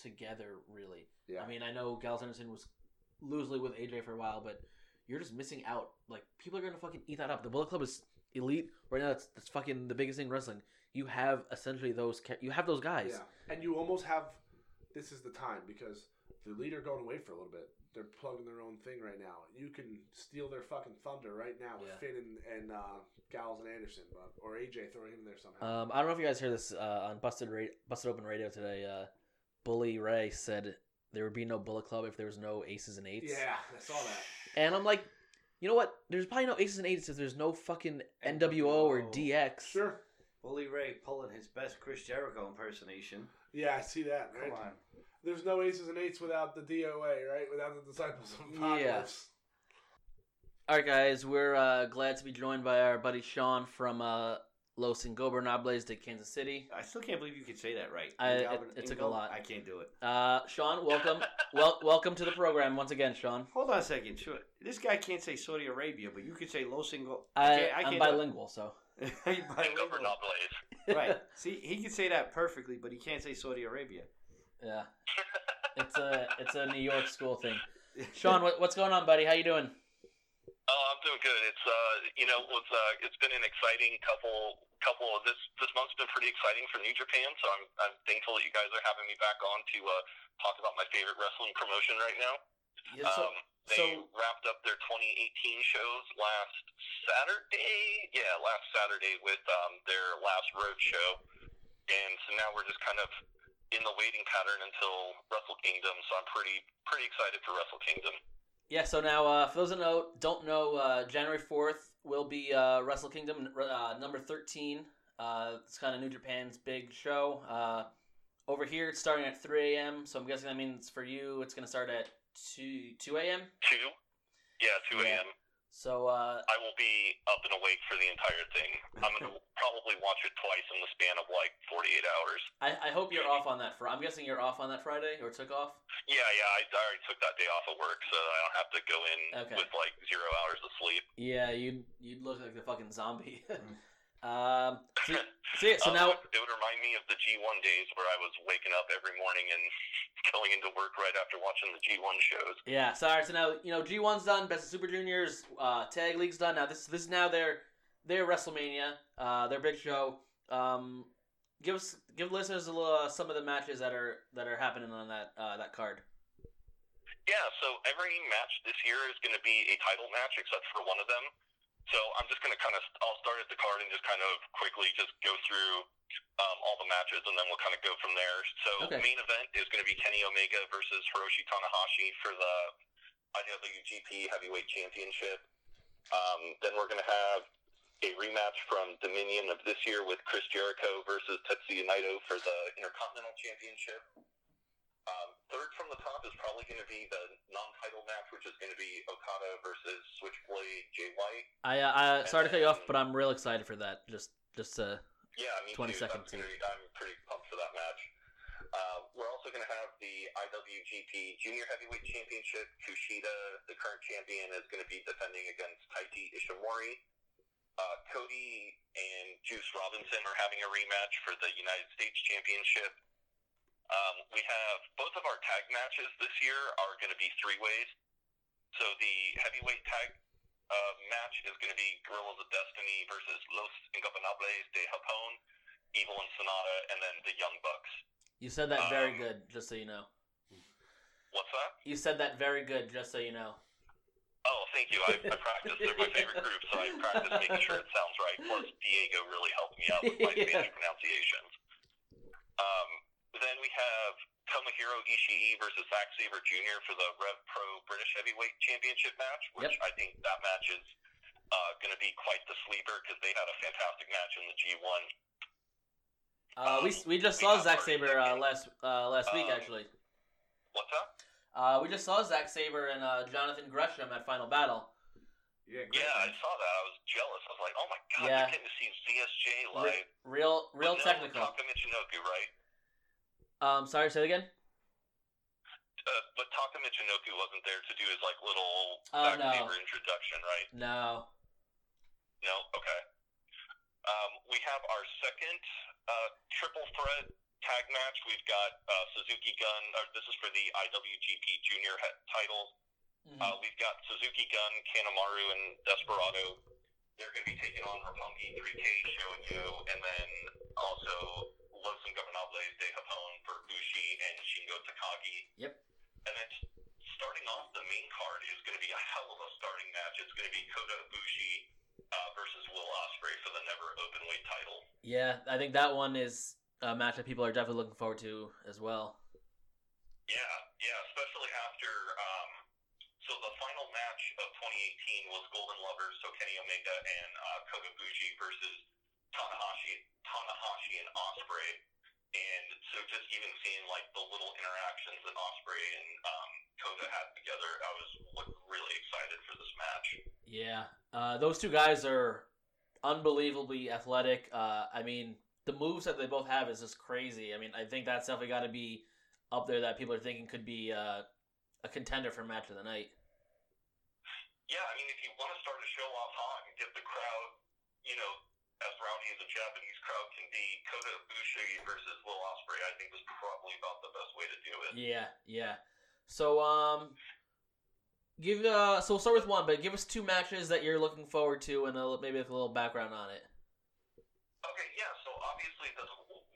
together really. yeah. I mean, I know Gals Anderson was loosely with AJ for a while, but you're just missing out. Like, people are gonna fucking eat that up. The Bullet Club is elite right now. That's, that's fucking the biggest thing in wrestling. You have essentially those. ca- You have those guys. Yeah. And you almost have this is the time because the leader going away for a little bit. They're plugging their own thing right now. You can steal their fucking thunder right now with Yeah. Finn and, and uh, Gals and Anderson, but, or AJ throwing him in there somehow. Um, I don't know if you guys heard this uh, on Busted Ra- Busted Open Radio today. Uh, Bully Ray said there would be no Bullet Club if there was no Aces and Eights. yeah, I saw that. And I'm like, you know what? There's probably no Aces and Eights if there's no fucking NWO or NWO. DX. Sure. Bully Ray pulling his best Chris Jericho impersonation. Yeah, I see that. Come Right? on. There's no aces and eights without the DOA, right? Without the disciples of apocalypse. All right, guys, we're uh, glad to be joined by our buddy Sean from uh, Los Ingobernables de Kansas City. I still can't believe you could say that right. I- it- Ingobern- it took a Ingo- lot. I can't do it. Uh, Sean, welcome, well, welcome to the program once again, Sean. Hold on a second. Sure. This guy can't say Saudi Arabia, but you could say Los Ingol. I, I I'm can't bilingual, so do it. You're bilingual. Ingobernables. right. See, he could say that perfectly, but he can't say Saudi Arabia. yeah, it's a it's a New York school thing. Sean, what, what's going on, buddy? How you doing? Oh, I'm doing good. It's uh, you know, it's uh, it's been an exciting couple couple of this this month's been pretty exciting for New Japan. So I'm I'm thankful that you guys are having me back on to uh, talk about my favorite wrestling promotion right now. Yeah, so- um, they so- wrapped up their 2018 shows last Saturday. Yeah, last Saturday with um, their last road show, and so now we're just kind of in the waiting pattern until Wrestle Kingdom. So I'm pretty pretty excited for Wrestle Kingdom. Yeah, so now uh, for those that know, don't know, uh, January fourth will be uh, Wrestle Kingdom uh, number thirteen. Uh, it's kind of New Japan's big show. Uh, over here, it's starting at three a.m. So I'm guessing that means for you, it's going to start at two two a.m. Two. Yeah, two Yeah. a.m. So uh, I will be up and awake for the entire thing. I'm gonna probably watch it twice in the span of like 48 hours. I, I hope you're off on that. Fr- I'm guessing you're off on that Friday or took off. Yeah, yeah, I, I already took that day off of work, so I don't have to go in Okay. with like zero hours of sleep. Yeah, you'd you'd look like the fucking zombie. um, Mm. so, so yeah, so Um, now it would remind me of the G1 days where I was waking up every morning and going into work right after watching the G1 shows. Yeah, so all right, so now you know G one's done, Best of Super Juniors, uh, Tag League's done. Now this this is now their their WrestleMania, uh, their big show. Um, give us give listeners a little uh, some of the matches that are that are happening on that uh, that card. Yeah, so every match this year is going to be a title match except for one of them. So I'm just going to kind of, I'll start at the card and just kind of quickly just go through um, all the matches and then we'll kind of go from there. So Okay. main event is going to be Kenny Omega versus Hiroshi Tanahashi for the IWGP Heavyweight Championship. Um, then we're going to have a rematch from Dominion of this year with Chris Jericho versus Tetsuya Naito for the Intercontinental Championship. Um, third from the top is probably going to be the non-title match, which is going to be Okada versus Switchblade Jay White. I uh, I sorry to cut you off, but I'm real excited for that. Just just uh, Yeah, me 20 too. seconds, I'm pretty, I'm pretty pumped for that match. Uh, we're also going to have the IWGP Junior Heavyweight Championship. Kushida, the current champion, is going to be defending against Taiti Ishimori. Uh, Cody and Juice Robinson are having a rematch for the United States Championship. Um, we have both of our tag matches this year are going to be three ways. So the heavyweight tag uh, match is going to be Guerrillas of Destiny versus Los Ingobernables de Japón, Evil and Sonata, and then the Young Bucks. you said that very Um, good, just so you know. What's that? You said that very good, just so you know. Oh, thank you. I, I practiced. They're my favorite group, so I practiced making sure it sounds right. Plus, Diego really helped me out with my Yeah. Spanish pronunciations. Um, then we have Toma Tomohiro Ishii versus Zack Saber Jr. for the Rev Pro British Heavyweight Championship match, which Yep. I think that match is uh, going to be quite the sleeper because they had a fantastic match in the G1. Uh, we we just saw Zack Saber uh, last uh, last week actually. What's up? Uh, we just saw Zack Saber and uh, Jonathan Gresham at Final Battle. Yeah, great. Yeah, I saw that. I was jealous. I was like, oh my god, Yeah. you're getting to see ZSJ Re- live. real real But no, technical. Taka Michinoku, right? Um, sorry, say it again. Uh, but Taka Michinoku wasn't there to do his like little Oh, Zack no. Sabre introduction, right? No. No? Okay. Um, we have our second uh, triple threat tag match. We've got uh, Suzuki Gun. Uh, this is for the IWGP Junior he- title. Mhm. Uh, we've got Suzuki Gun, Kanemaru, and Desperado. They're going to be taking on Roppongi 3K, Shoyu, and then also Los Ingobernables de Japón for Bushi and Shingo Takagi. Yep. And then s- starting off the main card is going to be a hell of a starting match. It's going to be Kota Ibushi uh, versus Will Ospreay for the never openweight title. Yeah, I think that one is a match that people are definitely looking forward to as well. Yeah, yeah, especially after. Um, so the final match of 2018 was Golden Lovers, so Kenny Omega and uh, Kogabushi versus Tanahashi, Tanahashi and Osprey. And so just even seeing like the little interactions that Osprey and um, Kota had together, I was like, really excited for this match. Yeah, uh, those two guys are unbelievably athletic. Uh, I mean, the moves that they both have is just crazy. I mean, I think that's definitely got to be up there that people are thinking could be uh, a contender for match of the night. Yeah, I mean, if you want to start a show off hot and get the crowd, you know, as rowdy as a Japanese crowd can be, Kota Ibushi versus Will Osprey, I think was probably about the best way to do it. Yeah, yeah. So, um, give uh, so we'll start with one, but give us two matches that you're looking forward to, and a, maybe a little background on it. Okay, yeah, so obviously the m-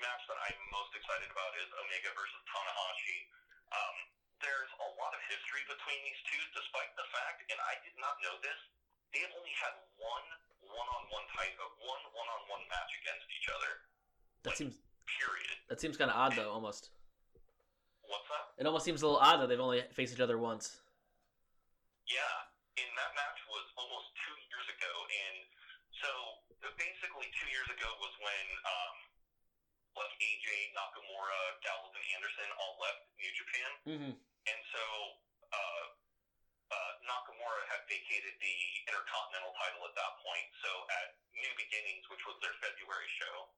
match that I'm most excited about is Omega versus Tanahashi. Um, there's a lot of history between these two, despite the fact, and I did not know this, they have only had one one-on-one type of one one-on-one match against each other, That seems period. that seems kind of odd though, almost. What's up? It almost seems a little odd that they've only faced each other once. Yeah, and that match was almost two years ago, and so uh, basically two years ago was when um, like AJ Nakamura, Gallows, and Anderson all left New Japan, Mm-hmm. and so uh, uh, Nakamura had vacated the Intercontinental title at that point. So at New Beginnings, which was their February show,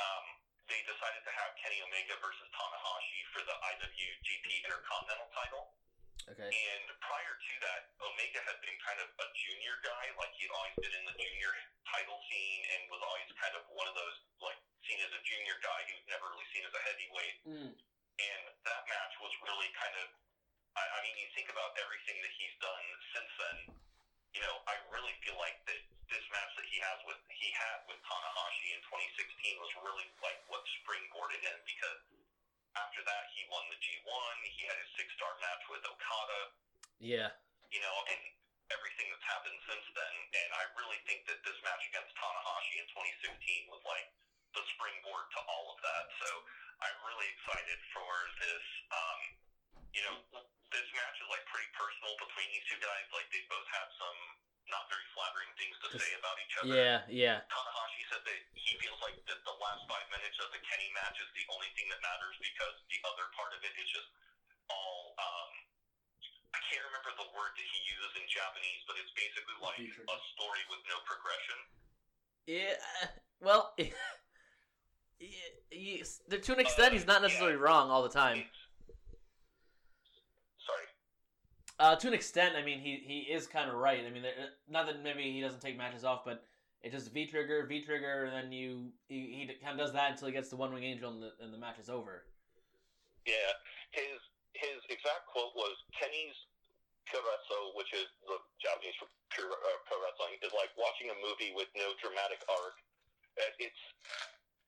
um, they decided to have Kenny Omega versus Tanahashi for the IWGP Intercontinental title. Okay. And prior to that, Omega had been kind of a junior guy. Like he'd always been in the junior title scene and was always kind of one of those like seen as a junior guy. He was never really seen as a heavyweight. And that match was really kind of. I, I mean, you think about everything that he's done since then. You know, I really feel like that this match that he has with he had with Tanahashi in 2016 was really like what springboarded him because after that he won the G1. He had his six star match with Okada Yeah. you know, and everything that's happened since then. And I really think that this match against Tanahashi in 2016 was like the springboard to all of that. So I'm really excited for this. Um, you know, this match is like pretty personal between these two guys. Like they both have some not very flattering things to say about each other. Yeah. Yeah. Tanahashi said that he feels like that the last five minutes of the Kenny match is the only thing that matters because the other part of it is just all. Um, I can't remember the word that he uses in Japanese, but it's basically like Featured. a story with no progression. Yeah. Well, yeah, yeah, there- to an extent, he's not necessarily wrong all the time. It's, sorry. Uh, to an extent, I mean, he he is kind of right. I mean, there- not that maybe he doesn't take matches off, but it's just V trigger, V trigger, and then you he, he kind of does that until he gets the one wing angel, and the, and the match is over. Yeah, his his exact quote was Kenny's Kuretsu, which is the Japanese for pure, uh, pro wrestling, is like watching a movie with no dramatic arc. Uh, It's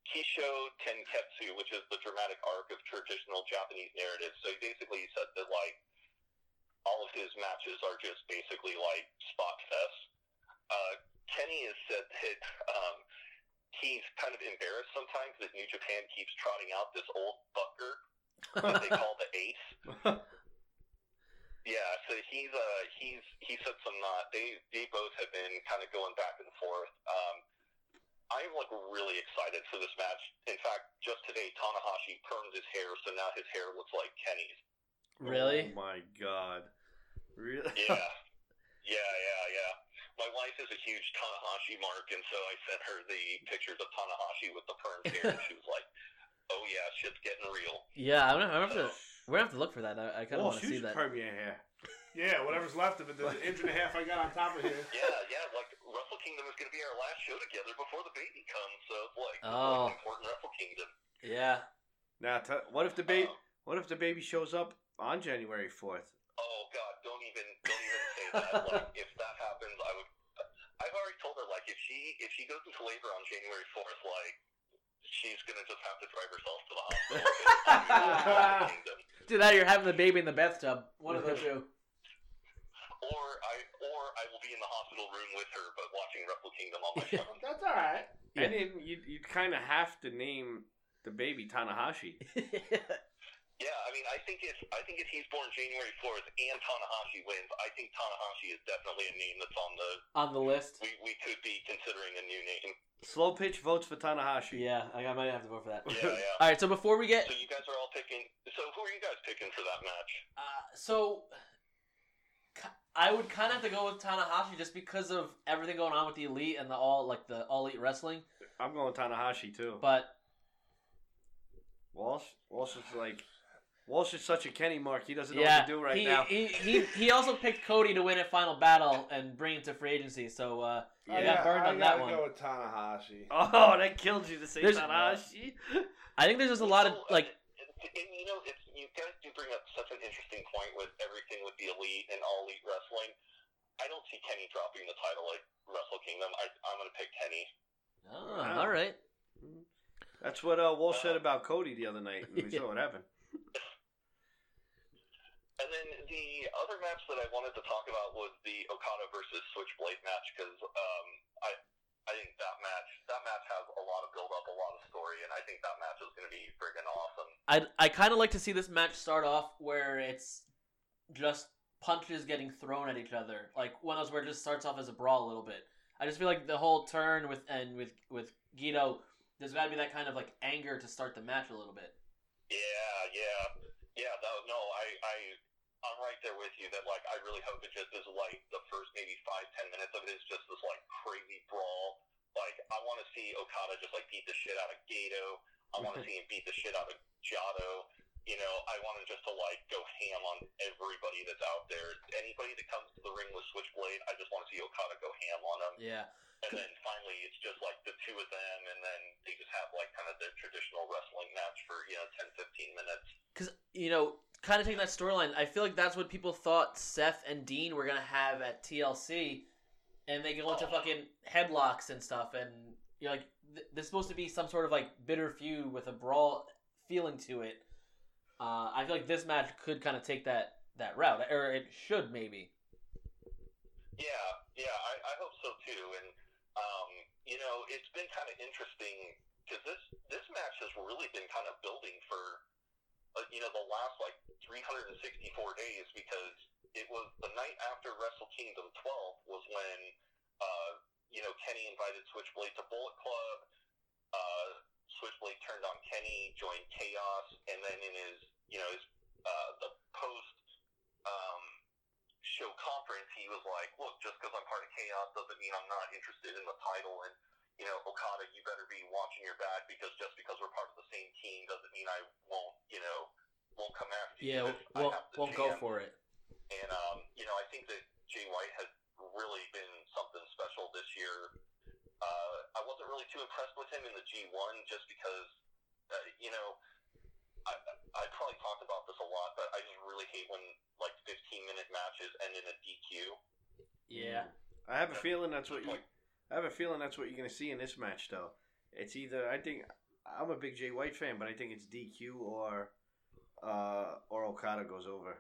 Kisho Tenketsu, which is the dramatic arc of traditional Japanese narrative. So he basically said that like all of his matches are just basically like spot fests. Uh, Kenny has said that um, he's kind of embarrassed sometimes that New Japan keeps trotting out this old fucker they call the ace. Yeah, so he's uh he's he said some not they they both have been kind of going back and forth. Um, I'm like really excited for this match. In fact, just today Tanahashi permed his hair, so now his hair looks like Kenny's. Really? Oh my god. Really? Yeah, yeah, yeah, yeah. My wife is a huge Tanahashi mark, and so I sent her the pictures of Tanahashi with the permed hair. and she was like, "Oh yeah, shit's getting real." Yeah, I'm gonna, I'm gonna have to. We're gonna have to look for that. I, I kind of want to Walsh, Oh, you see should that. perm your hair. Yeah, whatever's left of it, the inch and a half I got on top of here. Yeah, yeah. Like Wrestle Kingdom is going to be our last show together before the baby comes, so it's like, it's Oh. like important Wrestle Kingdom. Yeah. Now, t- what if the baby? Um, What if the baby shows up on January fourth? oh God, don't even don't even say that. like if that happens, I would. I've already told her like if she if she goes into labor on January fourth, like she's gonna just have to drive herself to the hospital. Wrestle Kingdom. Dude, that you're having the baby in the bathtub. One of the two. Or I or I will be in the hospital room with her, but watching Wrestle Kingdom on my phone. That's all right. Yeah. And then you'd, you'd kind of have to name the baby Tanahashi. yeah, I mean, I think if I think if he's born January fourth and Tanahashi wins, I think Tanahashi is definitely a name that's on the. On the list. We, we could be considering a new name. Slow pitch votes for Tanahashi. Yeah, I I might have to vote for that. Yeah, yeah. All right, so before we get So you guys are all picking. So who are you guys picking for that match? Uh, so ki- I would kind of have to go with Tanahashi just because of everything going on with the elite and the all like the all elite wrestling. I'm going Tanahashi too. But Walsh, Walsh is like, Walsh is such a Kenny mark. He doesn't know yeah, what to do right he, now. he he he also picked Cody to win at Final Battle and bring it to free agency. So uh, I Yeah, got burned I on gotta that one. Go with Tanahashi. Oh, that killed you to say There's- Tanahashi. I think there's just a lot of like And, and, you know, it's, you guys do bring up such an interesting point with everything with the elite and all elite wrestling. I don't see Kenny dropping the title like Wrestle Kingdom. I, I'm going to pick Kenny. oh, Wow. all right. That's what uh, Walsh said about Cody the other night. and We saw what happened. And then the other match that I wanted to talk about was the Okada versus Switchblade match because um, I I think that match that match has a lot of build up, a lot of story, and I think that match is going to be friggin' awesome. I I kind of like to see this match start off where it's just punches getting thrown at each other, like one of those where it just starts off as a brawl a little bit. I just feel like the whole turn with and with with Guido, there's got to be that kind of like anger to start the match a little bit. Yeah, yeah, yeah. No, no, I, I, I'm right there with you. That like, I really hope it just is like the first maybe five, ten minutes of it is just this like crazy brawl. Like, I want to see Okada just like beat the shit out of Gato. I want to see him beat the shit out of Jado. You know, I want to just to like go ham on everybody that's out there. Anybody that comes to the ring with Switchblade, I just want to see Okada go ham on them. Yeah, And then finally, it's just like the two of them, and then they just have like kind of their traditional wrestling match for you know 10, 15 minutes. because you know, kind of taking that storyline, I feel like that's what people thought Seth and Dean were gonna have at TLC, and they go into fucking headlocks and stuff, and you're like, th- this is supposed to be some sort of like bitter feud with a brawl feeling to it. Uh, I feel like this match could kind of take that that route, or it should maybe. Yeah, yeah, I, I hope so too. And um, you know, it's been kind of interesting because this this match has really been kind of building for uh, you know the last like 364 days because it was the night after Wrestle Kingdom 12 was when uh, you know Kenny invited Switchblade to Bullet Club. Uh, Switchblade turned on Kenny, joined Chaos, and then in his you know his uh, the post. Um, show conference, he was like, "Look, just because I'm part of Chaos doesn't mean I'm not interested in the title." And you know, Okada, you better be watching your back because just because we're part of the same team doesn't mean I won't, you know, won't come after you. Yeah, And I won't, have to won't go jam. for it. And um, you know, I think that Jay White has really been something special this year. Uh, I wasn't really too impressed with him in the G1 just because, uh, you know, I, I probably talked about this a lot, but I just really hate when like 15 minute matches end in a DQ. Yeah, I have a feeling that's what you. I have a feeling that's what you're going to see in this match, though. It's either I think I'm a big Jay White fan, but I think it's DQ or uh, or Okada goes over.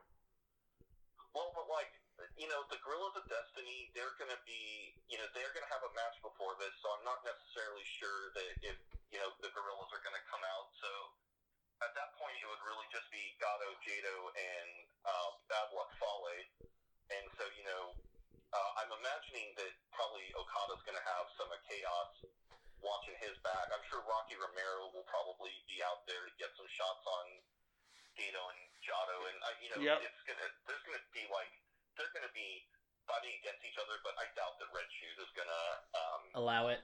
Well, but like, you know, the Gorillas of Destiny, they're going to be, you know, they're going to have a match before this, so I'm not necessarily sure that if, you know, the Gorillas are going to come out. So at that point, it would really just be um, uh, Rocky Romero will probably be out there to get some shots on Gato and Jado, and uh, you know, Yep. it's gonna there's gonna be like they're gonna be fighting against each other, but I doubt that Red Shoes is gonna um, Allow it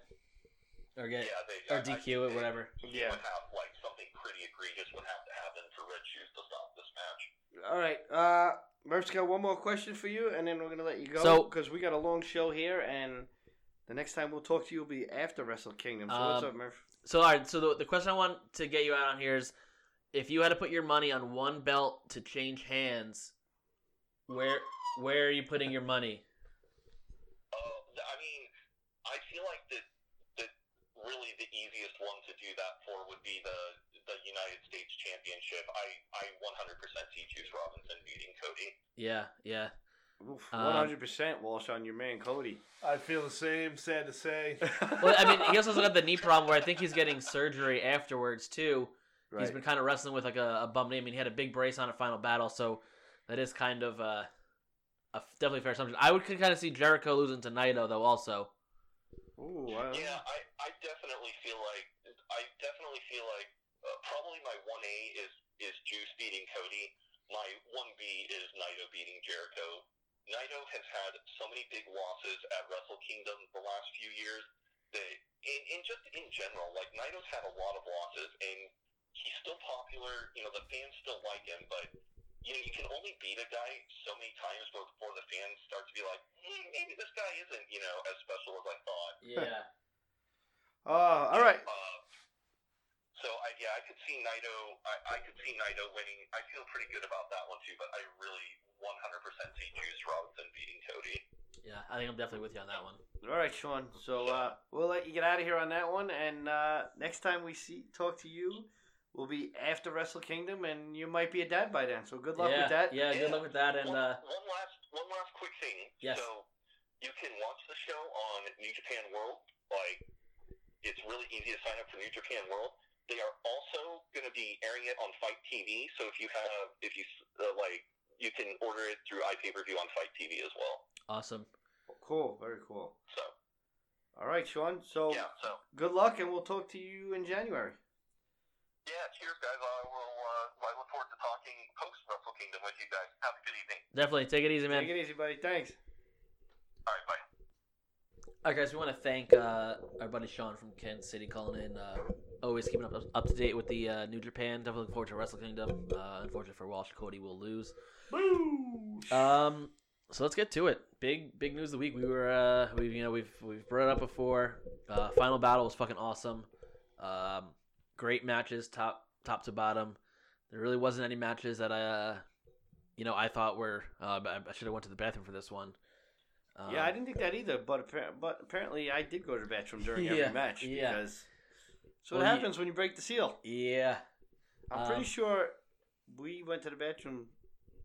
or get yeah they Oh, or I- I DQ think it, they whatever. Yeah. Would have like something pretty egregious would have to happen for Red Shoes to stop this match. All right. Uh, Murph's got one more question for you, and then we're gonna let you go. So- because we got a long show here, and the next time we'll talk to you will be after Wrestle Kingdom. So what's Um, up, Murph? So all right, so the, the question I want to get you out on here is if you had to put your money on one belt to change hands, where where are you putting your money? Uh, I mean, I feel like the, the really the easiest one to do that for would be the the United States Championship. I I 100% see Juice Robinson beating Cody. Yeah, yeah. um, One hundred percent, Walsh, on your man Cody. I feel the same. Sad to say. Well, I mean, he also got the knee problem where I think he's getting surgery afterwards too. He's been kind of wrestling with like a, a bum knee. I mean, he had a big brace on at Final Battle, so that is kind of uh, a f- definitely fair assumption. I would kind of see Jericho losing to Naito though. Also, Ooh, I, Yeah, I, I definitely feel like I definitely feel like uh, probably my 1A is is Juice beating Cody. My 1B is Naito beating Jericho. Naito has had so many big losses at Wrestle Kingdom the last few years. That and, and just in general, like Naito's had a lot of losses, and he's still popular. You know, the fans still like him, but you know, you can only beat a guy so many times before the fans start to be like, "Hmm, maybe this guy isn't, you know, as special as I thought. yeah. Oh, all right. Uh, so I, yeah, I could see Naito. I, I could see Naito winning. I feel pretty good about that one too. But I really 100% see Juice Robinson beating Cody. Yeah, I think I'm definitely with you on that one. All right, Sean. So uh, we'll let you get out of here on that one, and uh, next time we see talk to you will be after Wrestle Kingdom, and you might be a dad by then. So good luck yeah, with that. yeah, good luck with that. And one, uh, one last one last quick thing. Yes. So you can watch the show on New Japan World. Like it's really easy to sign up for New Japan World. They are also going to be airing it on Fight TV. So if you have, if you uh, like, you can order it through iPay-per-view on Fight TV as well. awesome. Cool. Very cool. So All right, Sean. Oh. So yeah. So. good luck, and we'll talk to you in January. Yeah, cheers, guys. I will. Uh, I look forward to talking post Wrestle Kingdom with you guys. Have a good evening. Definitely take it easy, man. Take it easy, buddy. Thanks. All right, bye. All right, guys, we want to thank uh, our buddy Sean from Kansas City calling in. Uh, always keeping up up to date with the uh, New Japan. Definitely looking forward to Wrestle Kingdom. Uh, unfortunately for Walsh, Cody will lose. Boo. Um, so let's get to it. Big big news of the week. We were uh, we you know we've we've brought it up before. Uh, Final battle was fucking awesome. Um, great matches, top top to bottom. There really wasn't any matches that I, uh, you know, I thought were. Uh, I, I should have went to the bathroom for this one. Um, yeah, I didn't think that either, but appar- but apparently I did go to the bathroom during Yeah, every match yeah. because. So what Well, you- happens when you break the seal? Yeah. I'm pretty Um, sure we went to the bathroom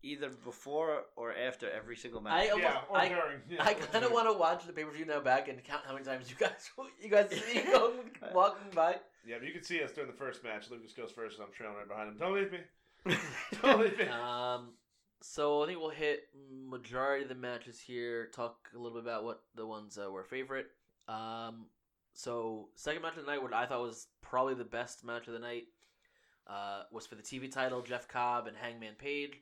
either before or after every single match. I almost, Yeah, or I, during. Yeah, I or kind of during. want to watch the pay per view now back and count how many times you guys you guys see him walking by. Yeah, but you can see us during the first match. Lucas goes first, and I'm trailing right behind him. Don't leave me. Don't leave me. Um, so I think we'll hit majority of the matches here. Talk a little bit about what the ones that were favorite. Um, so second match of the night, what I thought was probably the best match of the night, uh, was for the TV title. Jeff Cobb and Hangman Page.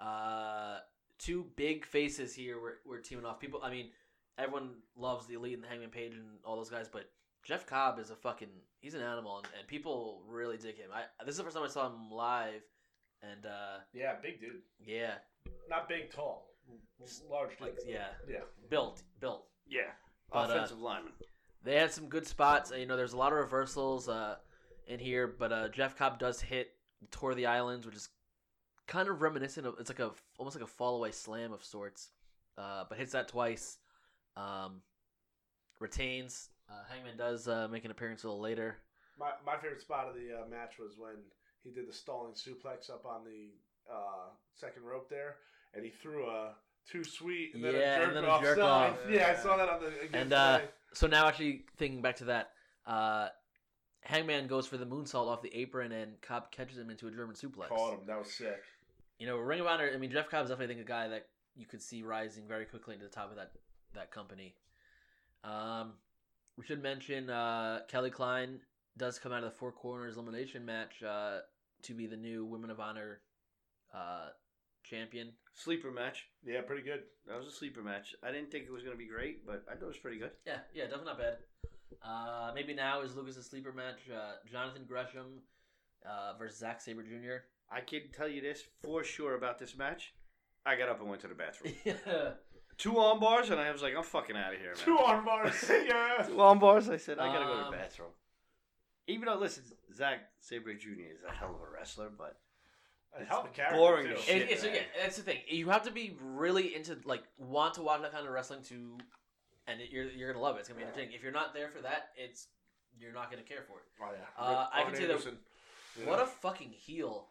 Uh, two big faces here were, were teaming off. People, I mean, everyone loves the Elite and the Hangman Page and all those guys, but Jeff Cobb is a fucking he's an animal, and, and people really dig him. I this is the first time I saw him live, and uh, Yeah, big dude. yeah, Not big, tall. Large dude. like yeah, Yeah. built, built. yeah, But, uh, offensive lineman. They had some good spots. Uh, You know, there's a lot of reversals uh, in here, but uh, Jeff Cobb does hit Tour of the Islands, which is kind of reminiscent of it's like a almost like a fall away slam of sorts, uh, but hits that twice. Um, retains. Uh, Hangman does uh, make an appearance a little later. My, my favorite spot of the uh, match was when he did the stalling suplex up on the uh, second rope there, and he threw a too sweet and then Yeah, a and jerk, then a off, jerk side. off. Yeah, I saw that on the again And, uh, today. So now, actually, thinking back to that, uh, Hangman goes for the moonsault off the apron, and Cobb catches him into a German suplex. caught him. That was sick. you know, Ring of Honor. I mean, Jeff Cobb's definitely I think a guy that you could see rising very quickly into the top of that that company. Um, we should mention uh, Kelly Klein does come out of the Four Corners elimination match uh, to be the new Women of Honor uh, champion. Sleeper match. Yeah, pretty good. That was a sleeper match. I didn't think it was going to be great, but I thought it was pretty good. Yeah, yeah, definitely not bad. Uh, maybe now is Lucas's sleeper match: uh, Jonathan Gresham uh, versus Zack Saber Jr. I can tell you this for sure about this match. I got up and went to the bathroom. Two arm bars, and I was like, I'm fucking out of here, man. Two arm bars. yeah. Two arm bars. I said, I got to go to Um, the bathroom. Even though, listen, Zach Sabre Jr. is a hell of a wrestler, but A hell of a character, boring too. as shit. And, and so man. yeah, that's the thing. You have to be really into like want to watch that kind of wrestling to, and it, you're you're gonna love it. It's gonna be entertaining. If you're not there for that, it's you're not gonna care for it. Oh, yeah. Uh, I Arn can say that- Anderson. You What know? a fucking heel!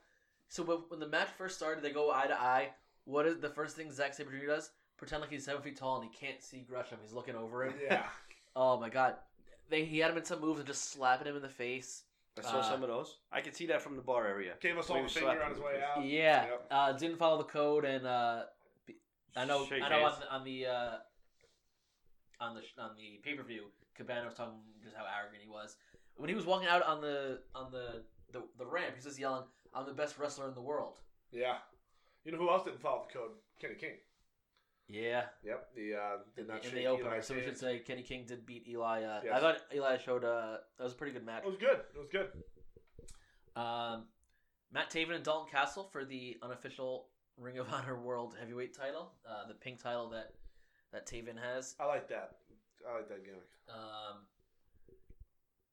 So when, when the match first started, they go eye to eye. What is the first thing Zack Sabre Jr. does? Pretend like he's seven feet tall and he can't see Gresham. He's looking over him. Yeah. Oh my god! They he had him in some moves and just slapping him in the face. I saw uh, some of those. I could see that from the bar area. Gave us We all were the finger slapping on his him. way out. Yeah, Yep. uh, didn't follow the code, and uh, be- I know, Shake I know on, hands. on the uh, on the sh- on the pay per view, Cabana was talking just how arrogant he was when he was walking out on the on the the, the ramp. He's just yelling, "I'm the best wrestler in the world." Yeah. You know who else didn't follow the code? Kenny King. Yeah, Yep. The uh, did not in shake the opener. Eli's So we should hand. say Kenny King did beat Eli. Uh, I Yes. thought Eli showed uh, that was a pretty good match. It was good. It was good. Um, Matt Taven and Dalton Castle for the unofficial Ring of Honor World Heavyweight title, uh, the pink title that that Taven has. I like that. I like that gimmick. Um,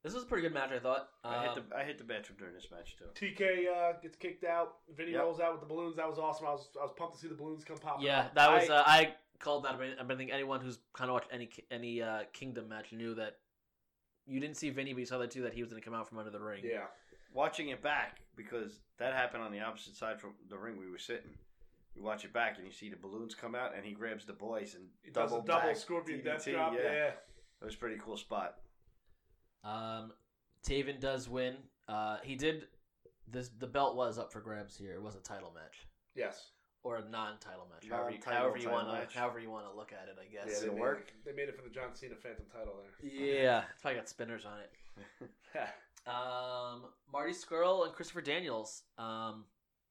this was a pretty good match, I thought. Um, I hit the I hit the bathroom during this match too. TK uh, gets kicked out. Vinny Yep. rolls out with the balloons. That was awesome. I was, I was pumped to see the balloons come popping. yeah, out. that was. I- uh, I called that. I mean, I mean, I think anyone who's kind of watched any any uh, Kingdom match knew that you didn't see Vinny, but you saw that too that he was going to come out from under the ring. Yeah. Watching it back because that happened on the opposite side from the ring we were sitting. You watch it back and you see the balloons come out and he grabs the boys and He does double a double back scorpion DDT, death drop. Yeah. It was a pretty cool spot. Um, Taven does win. Uh, he did. This the belt was up for grabs here. It was a title match. Yes. or a non-title match, however, you- Non-title however you title want match. to, however you want to look at it, I yeah, guess. they it made work? They made it for the John Cena Phantom title there. Yeah, it's probably got spinners on it. Um, Marty Skrull and Christopher Daniels. Um,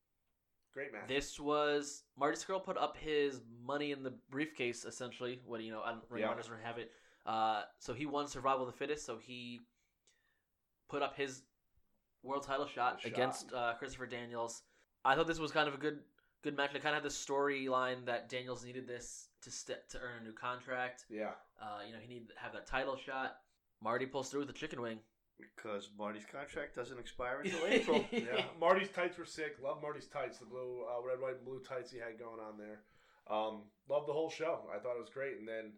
Great match. this was Marty Skrull put up his money in the briefcase, essentially. What you know, I don't, Ring Yeah. of Honor doesn't have it. Uh, so he won Survival of the Fittest. So he put up his world title shot, Shot. against uh, Christopher Daniels. I thought this was kind of a good good match. It kind of had the storyline that Daniels needed this to step to earn a new contract. yeah. Uh, you know, he needed to have that title shot. Marty pulls through with the chicken wing. Because Marty's contract doesn't expire until April. Yeah. Marty's tights were sick. Love Marty's tights. The blue, uh, red, white, and blue tights he had going on there. Um, loved the whole show. I thought it was great. And then,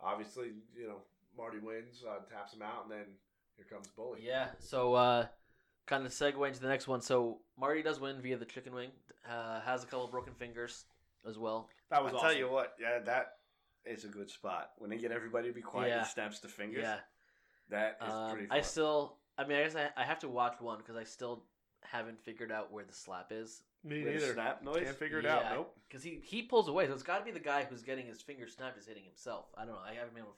obviously, you know, Marty wins, uh, taps him out, and then here comes Bully. Yeah. So, uh, kind of segue into the next one. So, Marty does win via the chicken wing. Uh, has a couple of broken fingers as well. That I'll was awesome. tell you what, yeah, that is a good spot. When they get everybody to be quiet, Yeah. he snaps the fingers. Yeah. That is Um, pretty fun. I still. I mean, I guess I, I have to watch one because I still haven't figured out where the slap is Me With a snap noise. Can't figure it Yeah. out. Nope. because he he pulls away. So it's got to be the guy who's getting his finger snapped is hitting himself. I don't know. I haven't been. able-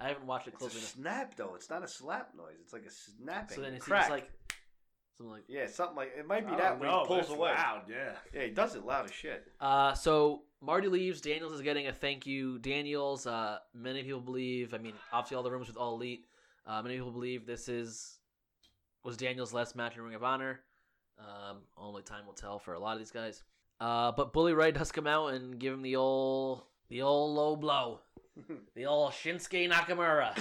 I haven't watched it It's a closely enough. snap though. It's not a slap noise. It's like a snapping. So then it's crack. just like something like. yeah, something like it might be I that don't when know, he pulls that's away. Loud, yeah. Yeah, he does it loud as shit. Uh, so Marty leaves. Daniels is getting a thank you. Daniels, uh, many people believe. I mean, obviously, all the rumors with All Elite. Uh, many people believe this is was Daniels' last match in Ring of Honor. Um, only time will tell for a lot of these guys. Uh, but Bully Ray does come out and give him the old the old low blow, the old Shinsuke Nakamura.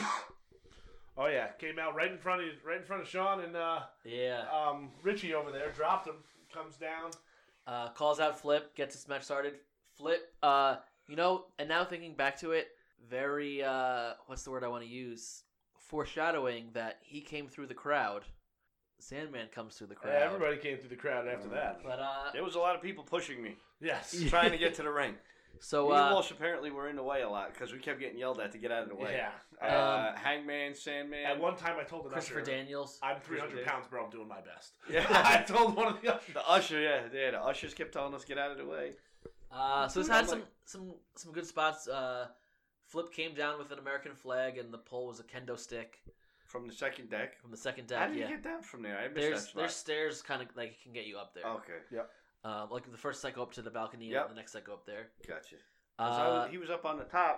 Oh yeah, came out right in front of right in front of Sean and uh, yeah. um, Richie over there. Dropped him. Comes down. uh, calls out Flip, gets this match started. Flip, uh, you know, and now thinking back to it, very uh, what's the word I want to use? Foreshadowing that he came through the crowd. Sandman comes through the crowd. Yeah, everybody came through the crowd after Mm. that. But uh, There was a lot of people pushing me, Yes. Yeah. trying to get to the ring. so Me uh, and Walsh apparently were in the way a lot because we kept getting yelled at to get out of the way. Yeah. Uh, Hangman, Sandman. At one time, I told an Christopher usher, Daniels. "I'm 300 pounds, bro. I'm doing my best." Yeah. I told one of the ushers. the usher, yeah, yeah. The ushers kept telling us get out of the way. Uh, so this Dude, I'm had some some some good spots. Uh, Flip came down with an American flag, and the pole was a kendo stick. from the second deck. from the second How deck. did Yeah, you get that from there? I missed there's that there's spot. stairs kind of like it can get you up there. okay, Um, like the first set go up to the balcony, Yep. and the next set go up there. gotcha. 'Cause I Uh, was- he was up on the top.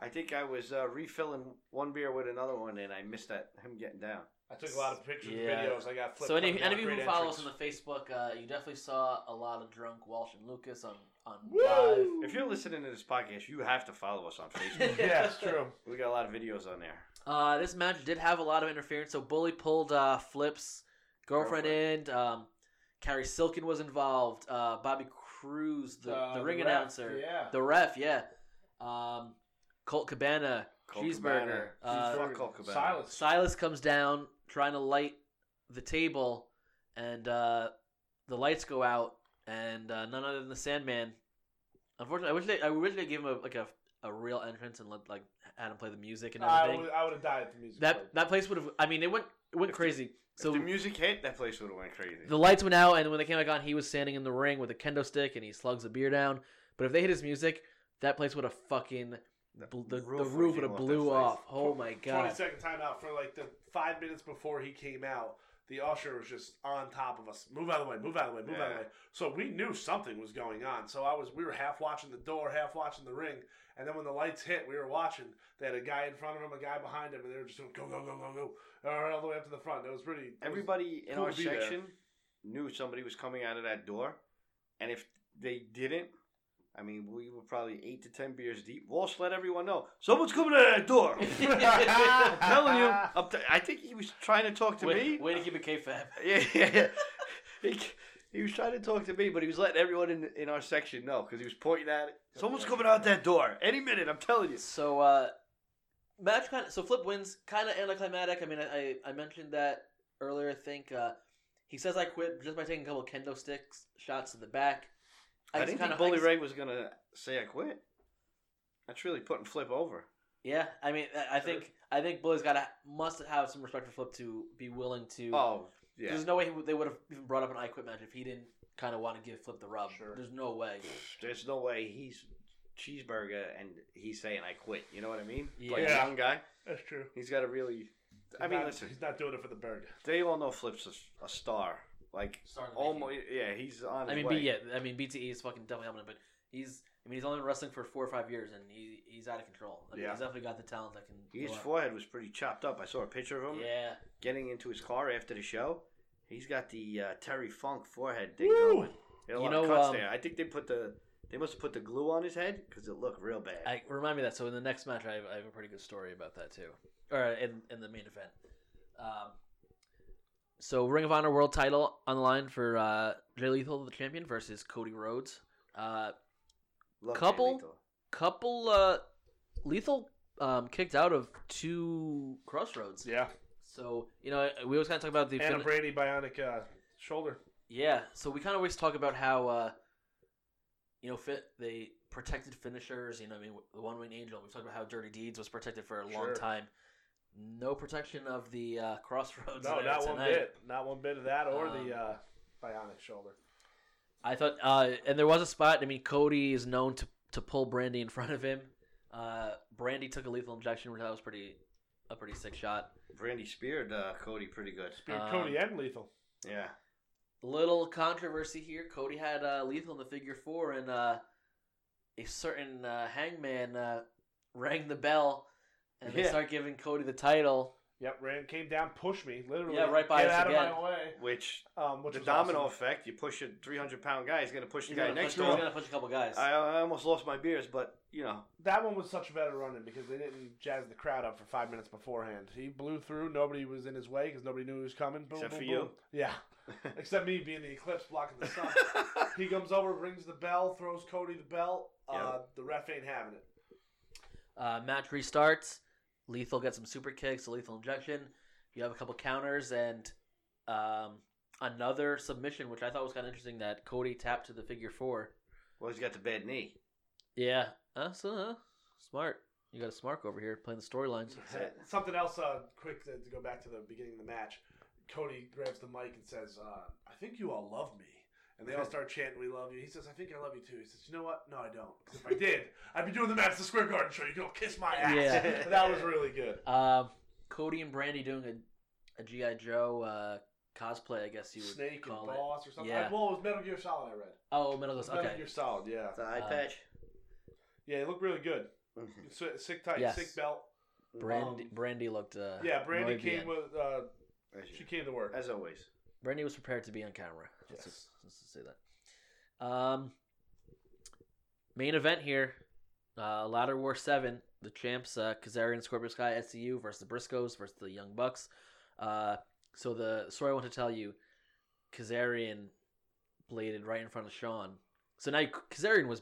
I think I was uh, refilling one beer with another one, and I missed that him getting down. I took a lot of pictures and Yeah. videos. I got flipped. so any, on the any of you great who follow us on entrance. the Facebook, uh, you definitely saw a lot of drunk Walsh and Lucas on on live. Woo! If you're listening to this podcast, you have to follow us on Facebook. yeah, it's true. we got a lot of videos on there. Uh, this match did have a lot of interference. So Bully pulled uh, Flip's girlfriend, in. Um, Carrie Silken was involved. Uh, Bobby Cruz, the, the, ring Uh, ref, announcer, Yeah. the ref, yeah. Um, Colt Cabana, Colt Cheeseburger. Cabana. Uh, Fuck Colt Cabana. Silence. Silas comes down trying to light the table, and uh, the lights go out, and uh, none other than the Sandman. Unfortunately, I wish they I wish they gave him a, like a, a real entrance and let like had him play the music and I everything. would, I would have died at the music. that played. that place would have. I mean, it went it went If the- crazy. so if the music hit, that place would have went crazy. the lights went out, and when they came back on, he was standing in the ring with a kendo stick, and he slugs a beer down. But if they hit his music, that place would have fucking bl- the, the roof would have blew off. Oh my Twenty god! second timeout for like the five minutes before he came out. The usher was just on top of us. Move out of the way. Move out of the way. Move out of the way. So we knew something was going on. So I was. We were half watching the door, half watching the ring. And then when the lights hit, we were watching. They had a guy in front of him, a guy behind him, and they were just doing go go go go go all all the way up to the front. It was pretty. it was- Everybody in cool our to be there. section knew somebody was coming out of that door, and if they didn't, I mean, we were probably eight to ten beers deep. Walsh let everyone know someone's coming out of that door. telling you, up to, I think he was trying to talk to way, me. way to keep it kayfabe. Yeah, yeah, yeah. he, he was trying to talk to me, but he was letting everyone in in our section know because he was pointing at it. Someone's coming out that door any minute. I'm telling you. So uh match kind of so Flip wins kind of anticlimactic. I mean, I, I I mentioned that earlier. I think uh he says I quit just by taking a couple kendo sticks shots to the back. I, just didn't kinda- think Bully just- Ray was gonna say I quit. That's really putting Flip over. Yeah, I mean, I- I think I think Bully's got to must have some respect for Flip to be willing to. Oh yeah. There's no way he, would- they would have even brought up an I quit match if he didn't kind of want to give Flip the rub. Sure. There's no way. There's no way he's cheeseburger and he's saying I quit. You know what I mean? Like Yeah. a young guy. That's true. He's got to really. I He's mean, not- listen. he's not doing it for the bird. They all know Flip's a, a star. Like almost. Yeah, he's on. His I mean, way. B, yeah, I mean, BTE is fucking definitely helping him, but he's, I mean, he's only been wrestling for four or five years, and he, he's out of control. I mean, Yeah. he's definitely got the talent that can. His blow up. forehead was pretty chopped up. I saw a picture of him Yeah, getting into his car after the show. He's got the uh, Terry Funk forehead thing Woo! going. There are a You lot of know, cuts um, there. I think they put the they must have put the glue on his head because it looked real bad. I remind me of that. So in the next match, I have, I have a pretty good story about that too, or in in the main event. Um, so Ring of Honor World Title on the line for uh, Jay Lethal, the champion, versus Cody Rhodes. Uh, Love couple? Jay Lethal. couple uh, Lethal um, kicked out of two crossroads. Yeah. So you know we always kind of talk about the And a fin- Brady bionic uh, shoulder. Yeah, so we kind of always talk about how, uh, you know, fit they protected finishers. You know, I mean, the one winged angel. We talked about how Dirty Deeds was protected for a long Sure. time. No protection of the uh, crossroads. No, there not one tonight. bit. Not one bit of that or the Um, uh, bionic shoulder. I thought, uh, and there was a spot. I mean, Cody is known to to pull Brandy in front of him. Uh, Brandy took a lethal injection, which that was pretty a pretty sick shot. Brandy speared uh, Cody pretty good. Spear Um, Cody and lethal. Yeah, Little controversy here. Cody had uh, lethal in the figure four, and uh, a certain uh, hangman uh, rang the bell, and they Yeah. start giving Cody the title. Yep, Rand came down, pushed me, literally. Yeah, right by Get us out again. of my way. which Um, which the was domino awesome. effect. You push a 300 pound guy, he's going to push the He's guy gonna, punch, next he's to him. gonna punch a couple guys. I, I almost lost my beers, but you know, That one was such better running because they didn't jazz the crowd up for five minutes beforehand. He blew through. Nobody was in his way because nobody knew he was coming. Boom, Except boom, for boom. you. Yeah, except me being the eclipse blocking the sun. he comes over, rings the bell, throws Cody the bell. Uh, the ref ain't having it. Uh, match restarts. Lethal gets some super kicks, a lethal injection. You have a couple counters and um, another submission, which I thought was kind of interesting. That Cody tapped to the figure four. well, he's got the bad knee. Yeah, uh, so, uh, smart. You got a smart over here playing the storylines. Something else, uh, quick to, to go back to the beginning of the match. Cody grabs the mic and says, uh, "I think you all love me." And they all start chanting, "We love you." He says, "I think I love you too." He says, "You know what? No, I don't. 'Cause if I did, I'd be doing the match at the Square Garden show. You can all kiss my ass." Yeah. that was really good. Um, Cody and Brandy doing a, a GI Joe uh, cosplay. I guess you would Snake and call it. Boss or something. Yeah. I, well, it was Metal Gear Solid. I read. Oh, Metal Gear. Metal Okay. Gear Solid. Yeah. The eye Uh, patch. Yeah, it looked really good. Mm-hmm. Si- Sick tight, Yes. sick belt. Brandy, Um, Brandy looked. Uh, yeah, Brandy annoyed came being- with. Uh, As you- she came to work. As always. Brandy was prepared to be on camera. Let's, Yes. let's just say that. Um, main event here, uh, Ladder War Seven. The champs, uh, Kazarian, Scorpio Sky, SCU versus the Briscoes versus the Young Bucks. Uh, so the story I want to tell you, Kazarian bladed right in front of Sean. So now Kazarian was,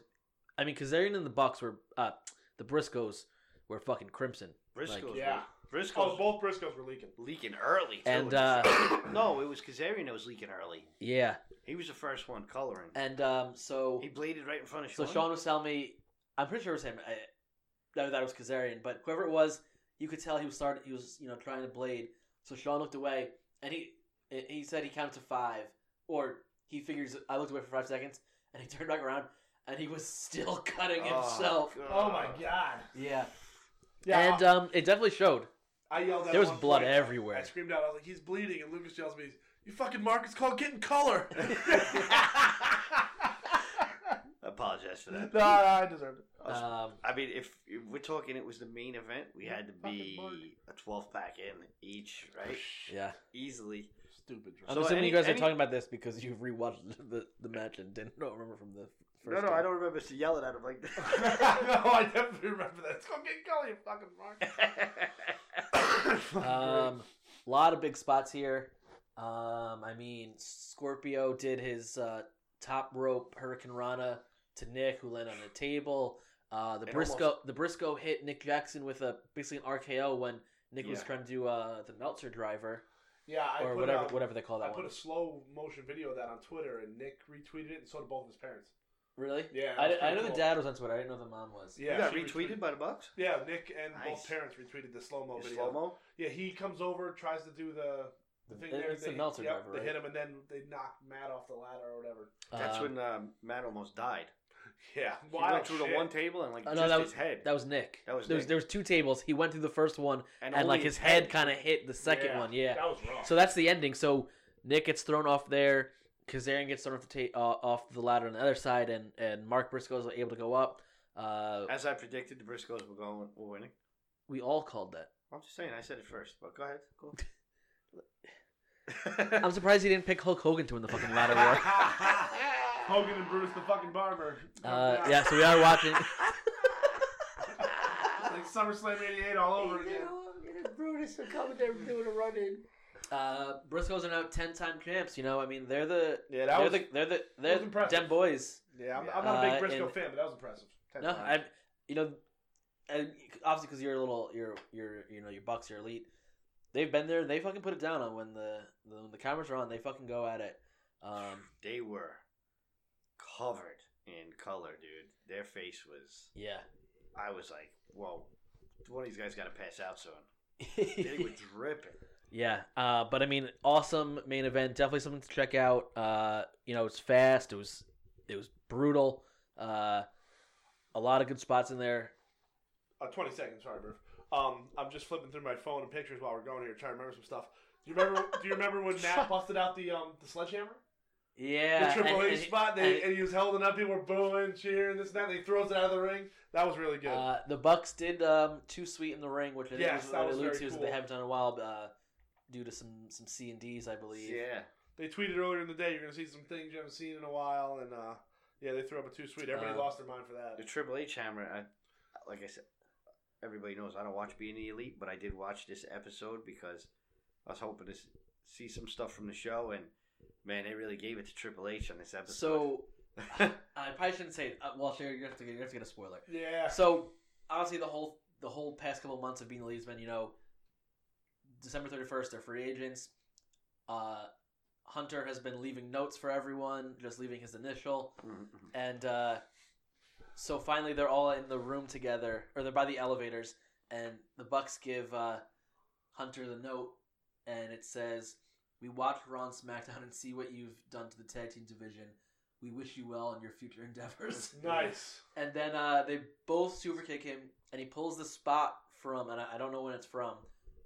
I mean, Kazarian and the Bucks were, uh, the Briscoes were fucking crimson. Briscoes. Like- yeah. Briscoes Oh, both Briscoes were leaking. leaking early. Too. And, uh, no, it was Kazarian that was leaking early. Yeah, He was the first one coloring. and um, so He bladed right in front of So Sean. Sean was telling me, I'm pretty sure it was him. I, no, that was Kazarian, but whoever it was, you could tell he was starting. He was you know trying to blade. So Sean looked away, and he he said he counted to five, or he figures I looked away for five seconds, and he turned back around, and he was still cutting himself. Oh my god. Yeah, Yeah. Uh, and um, it definitely showed. I yelled out. There was one blood point. everywhere. I screamed out. I was like, "He's bleeding!" And Lucas yells at me, "You fucking Mark! It's called getting color." no, I apologize for that. I deserved it. Um, I mean, if, if we're talking, it was the main event. We had to Fucking be Mark. a twelve pack in each, right? yeah, Easily. Stupid. I'm So assuming any- you guys any- are talking about this because you've rewatched the the match and didn't don't remember from the first. no, no, time. I don't remember yelling at him like that. no, I definitely remember that. It's called getting color. You fucking Mark. Um, a lot of big spots here. Um, I mean, Scorpio did his uh, top rope Hurricane Rana to Nick, who landed on the table. Uh, the And Briscoe the Briscoe hit Nick Jackson with a basically an RKO when Nick was Yeah. trying to do uh, the Meltzer driver yeah, I or put whatever out- whatever they call I that put one. a slow motion video of that on Twitter, and Nick retweeted it, and so did both of his parents. Really? Yeah, I, that was did- I pretty know the cool. dad was on Twitter. I didn't know the mom was. Yeah, you got she retweeted by the Bucks. Yeah, Nick and Nice. both parents retweeted the slow mo video. Slow mo. Yeah, he comes over, tries to do the the thing It- there. it's they, the Meltzer yep, driver, They right? hit him, and then they knock Matt off the ladder or whatever. That's Um, when um, Matt almost died. Yeah, he wild went through shit. the one table and like Oh, no, just that his head. that was Nick. That was there, Was, Nick. there was two tables. He went through the first one and, only like his head kind of hit the second one. Yeah. that was rough. So that's the ending. So Nick gets thrown off there. Kazarian gets thrown off the, ta- uh, off the ladder on the other side, and, and Mark Briscoe is able to go up. Uh, As I predicted, the Briscoes were going were winning. we all called that. I'm just saying, I said it first, but go ahead. Cool. I'm surprised he didn't pick Hulk Hogan to win the fucking ladder war. Hogan and Brutus the fucking barber. Uh, yeah, so we are watching. It's like SummerSlam '88 all over again. Brutus are coming there doing a run in. Uh, Briscoes are now ten time champs. You know, I mean, they're the they're Yeah, that was. the they're the that was they're impressive. them boys. Yeah, I'm, I'm not a Uh, big Briscoe and- fan, but that was impressive. Ten No, times. I you know, and obviously because you're a little you're you're you know your Bucks are elite. They've been there. They fucking put it down on when the when the cameras are on. They fucking go at it. Um, They were covered in color, dude. Their face was. yeah. I was like, whoa, one of these guys got to pass out soon. They were dripping. yeah. Uh, but I mean, awesome main event. Definitely something to check out. Uh, you know, it's fast. It was it was brutal. Uh, a lot of good spots in there. uh, 20 seconds, sorry, Murph. Um, I'm just flipping through my phone and pictures while we're going here, trying to remember some stuff. Do you remember? do you remember when Matt busted out the um the sledgehammer, Yeah. the Triple and- H and- spot? They, and, and- he was holding up. People were booing, cheering, this and that. And he throws it out of the ring. That was really good. Uh, the Bucks did um, too sweet in the ring, which I think Yes, was that what I was alluded very to, is cool. they haven't done in a while uh, due to some some C and Ds, I believe. Yeah. they tweeted earlier in the day. You're gonna see some things you haven't seen in a while, and uh, yeah, they threw up a two sweet. Everybody Uh, lost their mind for that. The Triple H hammer, I, like I said, everybody knows I don't watch Being the Elite, but I did watch this episode because I was hoping to s- see some stuff from the show, and man, they really gave it to Triple H on this episode. So Mm-hmm. I probably shouldn't say. it. Uh, well, Sherry, you have to get, you have to get a spoiler. Yeah, So obviously, the whole the whole past couple of months of being the lead has been, you know, December thirty first, they're free agents. Uh, Hunter has been leaving notes for everyone, just leaving his initial, Mhm. and uh, so finally they're all in the room together, or they're by the elevators, and the Bucks give uh, Hunter the note, and it says, "We watch Raw and SmackDown and see what you've done to the tag team division. We wish you well in your future endeavors." nice. And then uh, they both super kick him, and he pulls the spot from, and I, I don't know when it's from,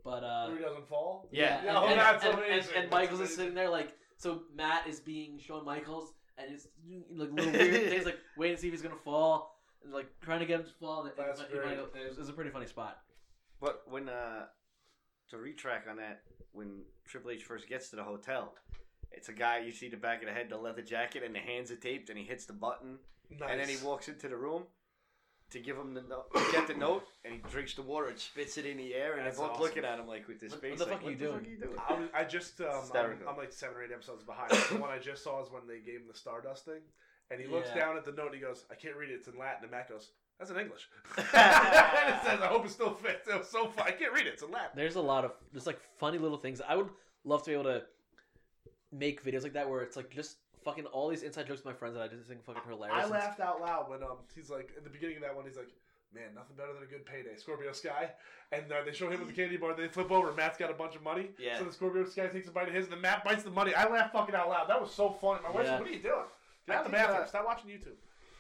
But uh, Where he doesn't fall. Yeah. and- Yeah, oh, and, that's and- and- amazing. and Michaels That's is sitting there like, so Matt is being Shawn Michaels, and it's doing, like little weird things, like waiting to see if he's gonna fall, and like trying to get him to fall. And, That's and, it, great. was, it was a pretty funny spot. But when uh, to retrack on that, when Triple H first gets to the hotel, it's a guy you see the back of the head, the leather jacket, and the hands are taped, and he hits the button, Nice. and then he walks into the room to give him the note, to get the note, and he drinks the water and spits it in the air, and That's they're both awesome. looking at him like with this What- face, what the like, fuck are you the doing?" Fuck are you I, was, I just um, I'm, Hysterical. I'm like seven or eight episodes behind. the one I just saw is when they gave him the Stardust thing, and he looks Yeah. down at the note and he goes, "I can't read it. It's in Latin." And Matt goes, "That's in English." and it says, "I hope it still fits." It was so fun. I can't read it. It's in Latin. There's a lot of there's like funny little things. I would love to be able to make videos like that where it's like just fucking all these inside jokes with my friends that I just think fucking hilarious. I and- laughed out loud when um he's like at the beginning of that one he's like man nothing better than a good payday Scorpio Sky and uh, they show him with the candy bar they flip over Matt's got a bunch of money Yeah. so the Scorpio Sky takes a bite of his and then Matt bites the money I laughed fucking out loud that was so funny my wife Yeah. said what are you doing I get out of the think, uh, bathroom stop watching YouTube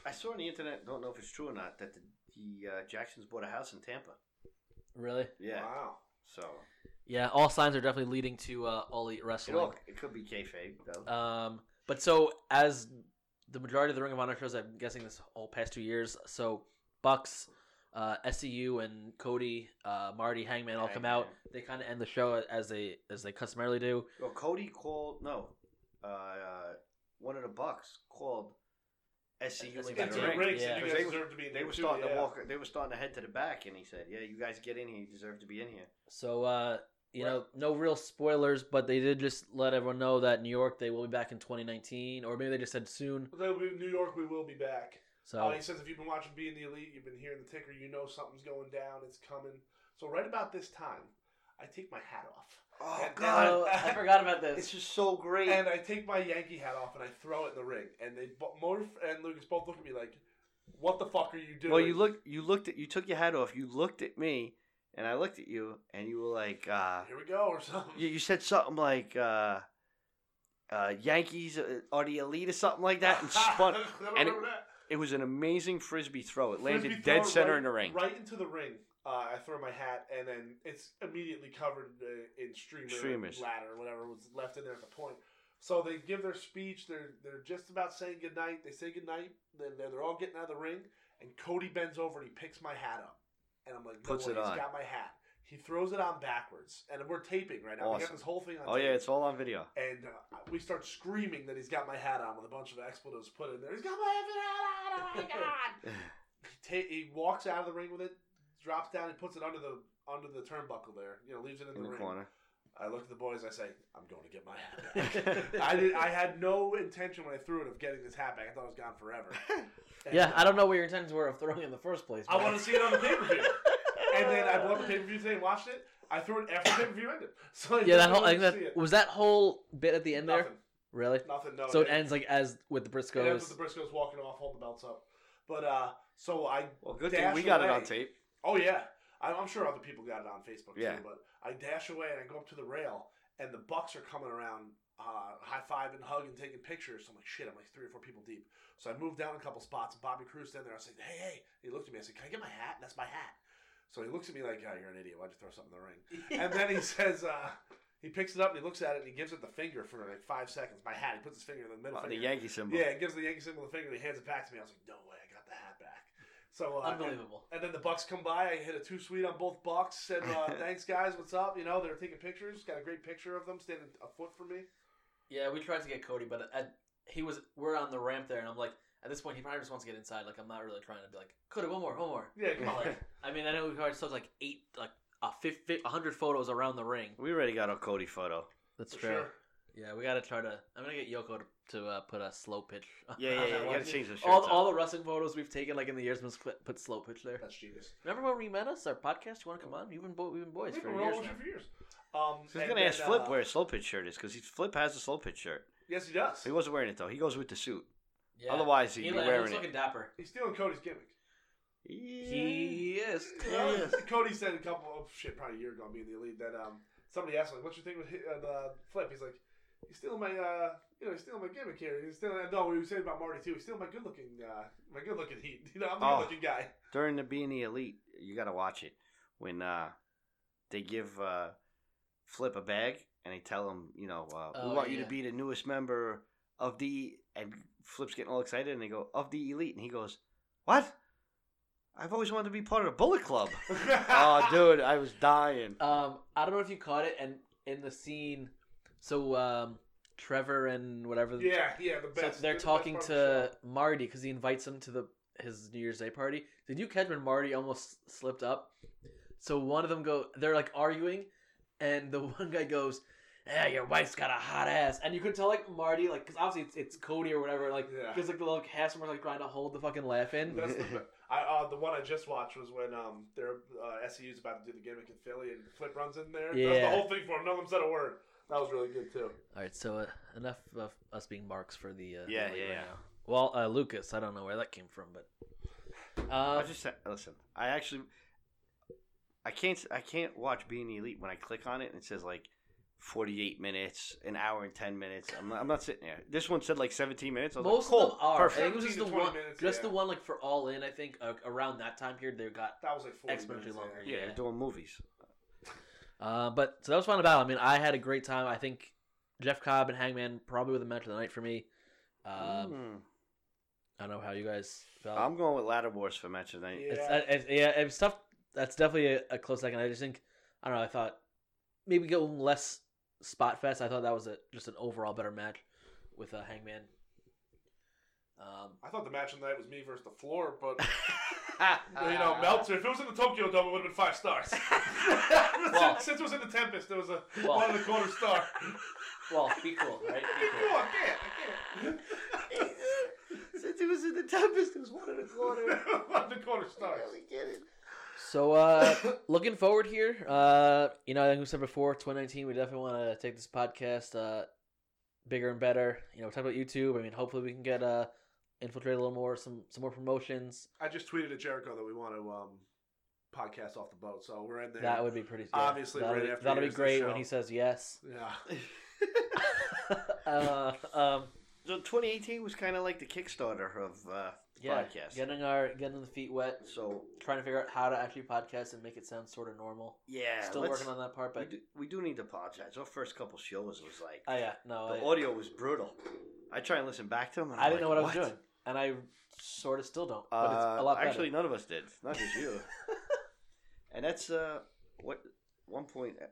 I saw on the internet, don't know if it's true or not, that the, the uh, Jacksons bought a house in Tampa. Really? Yeah, wow so Yeah. All signs are definitely leading to uh, all elite it, wrestling. all, it could be kayfabe though. Um, but so as the majority of the Ring of Honor shows, I'm guessing this whole past two years, so Bucks, uh, SCU, and Cody, uh, Marty, Hangman all come out. Hangman. They kind of end the show as they as they customarily do. Well, Cody called no, uh, uh, one of the Bucks called SCU That's into right. the Yeah, ring. right. Riggs said yeah. you Because guys they was- deserve to be in They there were too, starting to yeah. walk. They were starting to head to the back, and he said, "Yeah, you guys get in here. You deserve to be in here." So uh, you know, no real spoilers, but they did just let everyone know that New York they will be back in 2019, or maybe they just said soon. They'll be in New York we will be back So Uh, he says if you've been watching Being the Elite, you've been hearing the ticker, you know something's going down, it's coming. So right about this time, I take my hat off. Oh And God, Oh, I forgot about this. it's just so great. And I take my Yankee hat off and I throw it in the ring. And they bo- Murph and Lucas both look at me like, "What the fuck are you doing?" well, you look, you looked at, you took your hat off. You looked at me, and I looked at you, and you were like, uh, Here we go, or something. you, you said something like, uh, uh, "Yankees are the elite" or something like that, and spun. I don't and it- remember that. It was an amazing frisbee throw. It landed Frisbee dead throw center right- in the ring. Right into the ring. Uh, I throw my hat, and then it's immediately covered uh, in streamer Streamers. ladder, whatever was left in there at the point. So they give their speech. They're they're just about saying goodnight. They say goodnight. Then they're, they're all getting out of the ring, and Cody bends over and he picks my hat up, and I'm like, no Puts way, it he's on. got my hat. He throws it on backwards, and we're taping right now. We got Awesome. this whole thing on. Oh yeah, tape it's all on video. and uh, we start screaming that he's got my hat on with a bunch of expletives put in there. He's got my hat on! Oh my god! he, ta- he walks out of the ring with it, drops down, and puts it under the under the turnbuckle there. You know, leaves it in in, the, the ring. corner. I look at the boys. I say, "I'm going to get my hat." back." I did. I had no intention when I threw it of getting this hat back. I thought it was gone forever. And, Yeah, uh, I don't know what your intentions were of throwing it in the first place. I but- want to see it on the pay per view. and then I bought the pay per view today and watched it. I threw it after the pay per view ended. So I Yeah, that didn't whole I really think see that it. was that whole bit at the end there. nothing, Really? nothing. No. So it ended. ends like as with the And that's Briscoes. what the Briscoes walking off, holding the belts up. But uh, so I, Well, good Dash thing we got it away. on tape. oh yeah, I, I'm sure other people got it on Facebook Yeah. too. But I dash away and I go up to the rail, and the Bucks are coming around, uh, high five and hug and taking pictures. So I'm like, shit, I'm like three or four people deep. So I moved down a couple spots, and Bobby Cruz standing there. I said, hey, hey. He looked at me. I said, can I get my hat? That's my hat. So he looks at me like, oh, you're an idiot. Why'd you throw something in the ring? and then he says, uh, he picks it up and he looks at it and he gives it the finger for like five seconds. My hat. He puts his finger in the middle Uh, the finger. Yankee symbol. Yeah, it gives the Yankee symbol the finger. and He hands it back to me. I was like, no way, I got the hat back. So uh, Unbelievable. And, and then the Bucks come by. I hit a two sweet on both Bucks. Said, uh, thanks guys, what's up? You know, they were taking pictures. Got a great picture of them standing a foot from me. Yeah, we tried to get Cody, but at, he was we're on the ramp there, and I'm like, at this point, he probably just wants to get inside. Like, I'm not really trying to be like, Cody, one more, one more. Yeah, come on. Like, I mean, I know we probably took like eight, like a fifty, a hundred photos around the ring. We already got our Cody photo. That's For sure. Yeah, we gotta try to. I'm gonna get Yoko to, to uh, put a slow pitch. on Yeah, yeah, that yeah. You one. gotta change the shirt. All, all the wrestling photos we've taken like in the years must put, put slow pitch there. That's genius. Remember when we met us, our podcast? You want to come on? You've been bo- we've been boys We've for been years. rolling now. for years. Um, so he's and gonna then, ask Flip uh, where his slow pitch shirt is because Flip has a slow pitch shirt. Yes, he does. He wasn't wearing it though. He goes with the suit. Yeah. Otherwise, he'd he, be like, wearing looks it. looking dapper. He's stealing Cody's gimmick. He is. Well, Yes. Cody said a couple of shit, probably a year ago, me and the elite, that um, somebody asked him, like, "What's your thing with hi- uh, the flip?" He's like, "He's stealing my, uh, you know, he's stealing my gimmick here. He's stealing." No, we were saying about Marty too. He's stealing my good-looking, uh, my good-looking heat. You know, I'm a Oh. good-looking guy. During the being the elite, you gotta watch it when uh, they give uh, Flip a bag and they tell him, you know, uh, Oh, we want you yeah. to be the newest member of the. And Flip's getting all excited and they go of the elite, and he goes, "What? I've always wanted to be part of the Bullet Club." oh, dude, I was dying. Um, I don't know if you caught it, and in the scene, so um, Trevor and whatever, Yeah, yeah, the so best. they're the best talking part of the to Marty because he invites him to the his New Year's Day party. Did you catch when Marty almost slipped up? So one of them go, they're like arguing, and the one guy goes, "Yeah, your wife's got a hot ass," and you could tell like Marty, like because obviously it's, it's Cody or whatever, like Yeah. because like the little cast member like trying to hold the fucking laugh in. show. That's the, be- I, uh, the one I just watched was when um, their uh, SEU's about to do the gimmick in Philly and Flip runs in there. Yeah. Yeah. Does the whole thing for him. None of them said a word. That was really good, too. All right, so uh, enough of us being marks for the uh, Yeah, the league yeah, right yeah. now. Well, uh, Lucas, I don't know where that came from, but I um, just said, listen. I actually, I can't, I can't watch Being Elite when I click on it and it says like forty-eight minutes, an hour and ten minutes. I'm not, I'm not sitting there. This one said like seventeen minutes. I was most like, cool, of them are. perfect. I think it was just 17 the to 20 one, minutes, just yeah. the one like for All In. I think uh, around that time period they got. That was like 40 Exponentially minutes, longer. yeah. Yeah, they're doing movies. Uh, but so that was fun about. I mean, I had a great time. I think Jeff Cobb and Hangman probably were the match of the night for me. Um, uh, Mm. I don't know how you guys felt. I'm going with Ladder Wars for match of the night. Yeah. It's, uh, it's, yeah, it was tough. That's definitely a, a close second. I just think I don't know. I thought maybe going less spot fest. I thought that was a, just an overall better match with uh, Hangman. Um, I thought the match of the night was me versus the floor, but you know, Uh. Meltzer. If it was in the Tokyo Dome, it would have been five stars. Well- since, since it was in the Tempest, it was a Well- one and a quarter star. well, be cool, right? Be Come cool. on, I can't, Since it was in the Tempest, it was one and a I quarter. can't. one and a quarter I stars. really get it. So, uh, looking forward here. Uh, you know, like we said before, 2019. We definitely want to take this podcast uh, bigger and better. You know, we talked about YouTube. I mean, hopefully we can get uh, infiltrate a little more, some some more promotions. I just tweeted at Jericho that we want to um, podcast off the boat, so we're in there. That would be pretty. yeah, Obviously, that'll right be, after that'll be here's the great show. when he says yes. yeah. uh, um, So 2018 was kind of like the Kickstarter of uh, the yeah, podcast. getting our getting the feet wet, So trying to figure out how to actually podcast and make it sound sort of normal. yeah, Still let's- working on that part, We but do, we do need to apologize. Our first couple shows was like oh yeah, no, the I, audio was brutal. I try and listen back to them. And I I'm didn't know like, what, I was doing, and I sort of still don't. But Uh, it's a lot better. actually, none of us did. Not just you. and that's uh, what one point, uh,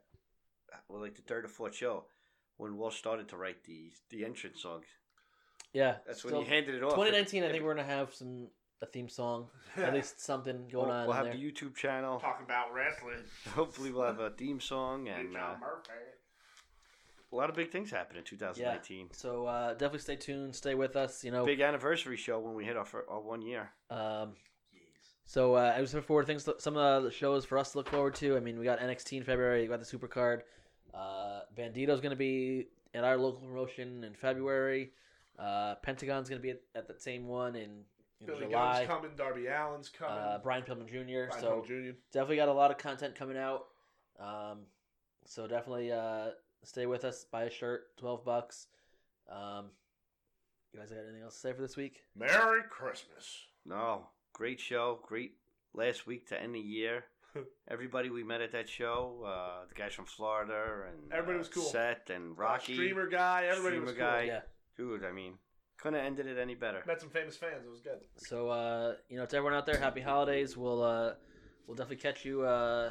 well, like the third or fourth show, when Walsh started to write the the entrance song. yeah, That's still- when he handed it off. 2019. I think we're gonna have some a theme song, at least something going we'll, on. We'll in there. have the YouTube channel. talking about wrestling. Hopefully, we'll have a theme song and uh, John Murphy. a lot of big things happen in 2019. So uh, definitely stay tuned, stay with us. You know, Big anniversary show when we hit our, fir- our one year. um, Jeez. So uh, I was looking forward to things. Some of the shows for us to look forward to. I mean, we got NXT in February. You got the Supercard. Uh, Bandito's going to be at our local promotion in February. Uh, Pentagon's going to be at, at that same one in, in Billy July. Gunn's coming. Darby Allen's coming. Uh, Brian Pillman Jr. Brian so Pillman Jr. definitely got a lot of content coming out. Um, so definitely uh, stay with us. Buy a shirt, twelve bucks. Um, you guys got anything else to say for this week? Merry Christmas. No, great show. Great last week to end the year. Everybody we met at that show, uh, the guys from Florida and Everybody uh, was cool. Seth and Rocky, Streamer guy. Everybody streamer was cool. guy. Yeah. Dude, I mean, couldn't have ended it any better. Met some famous fans. It was good. So uh, you know, to everyone out there, happy holidays. We'll uh, we'll definitely catch you, uh,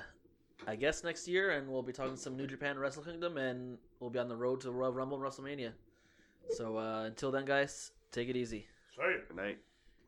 I guess, next year, and we'll be talking some New Japan Wrestle Kingdom, and we'll be on the road to Royal Rumble and WrestleMania. So uh, until then, guys, take it easy. Say it. Good night.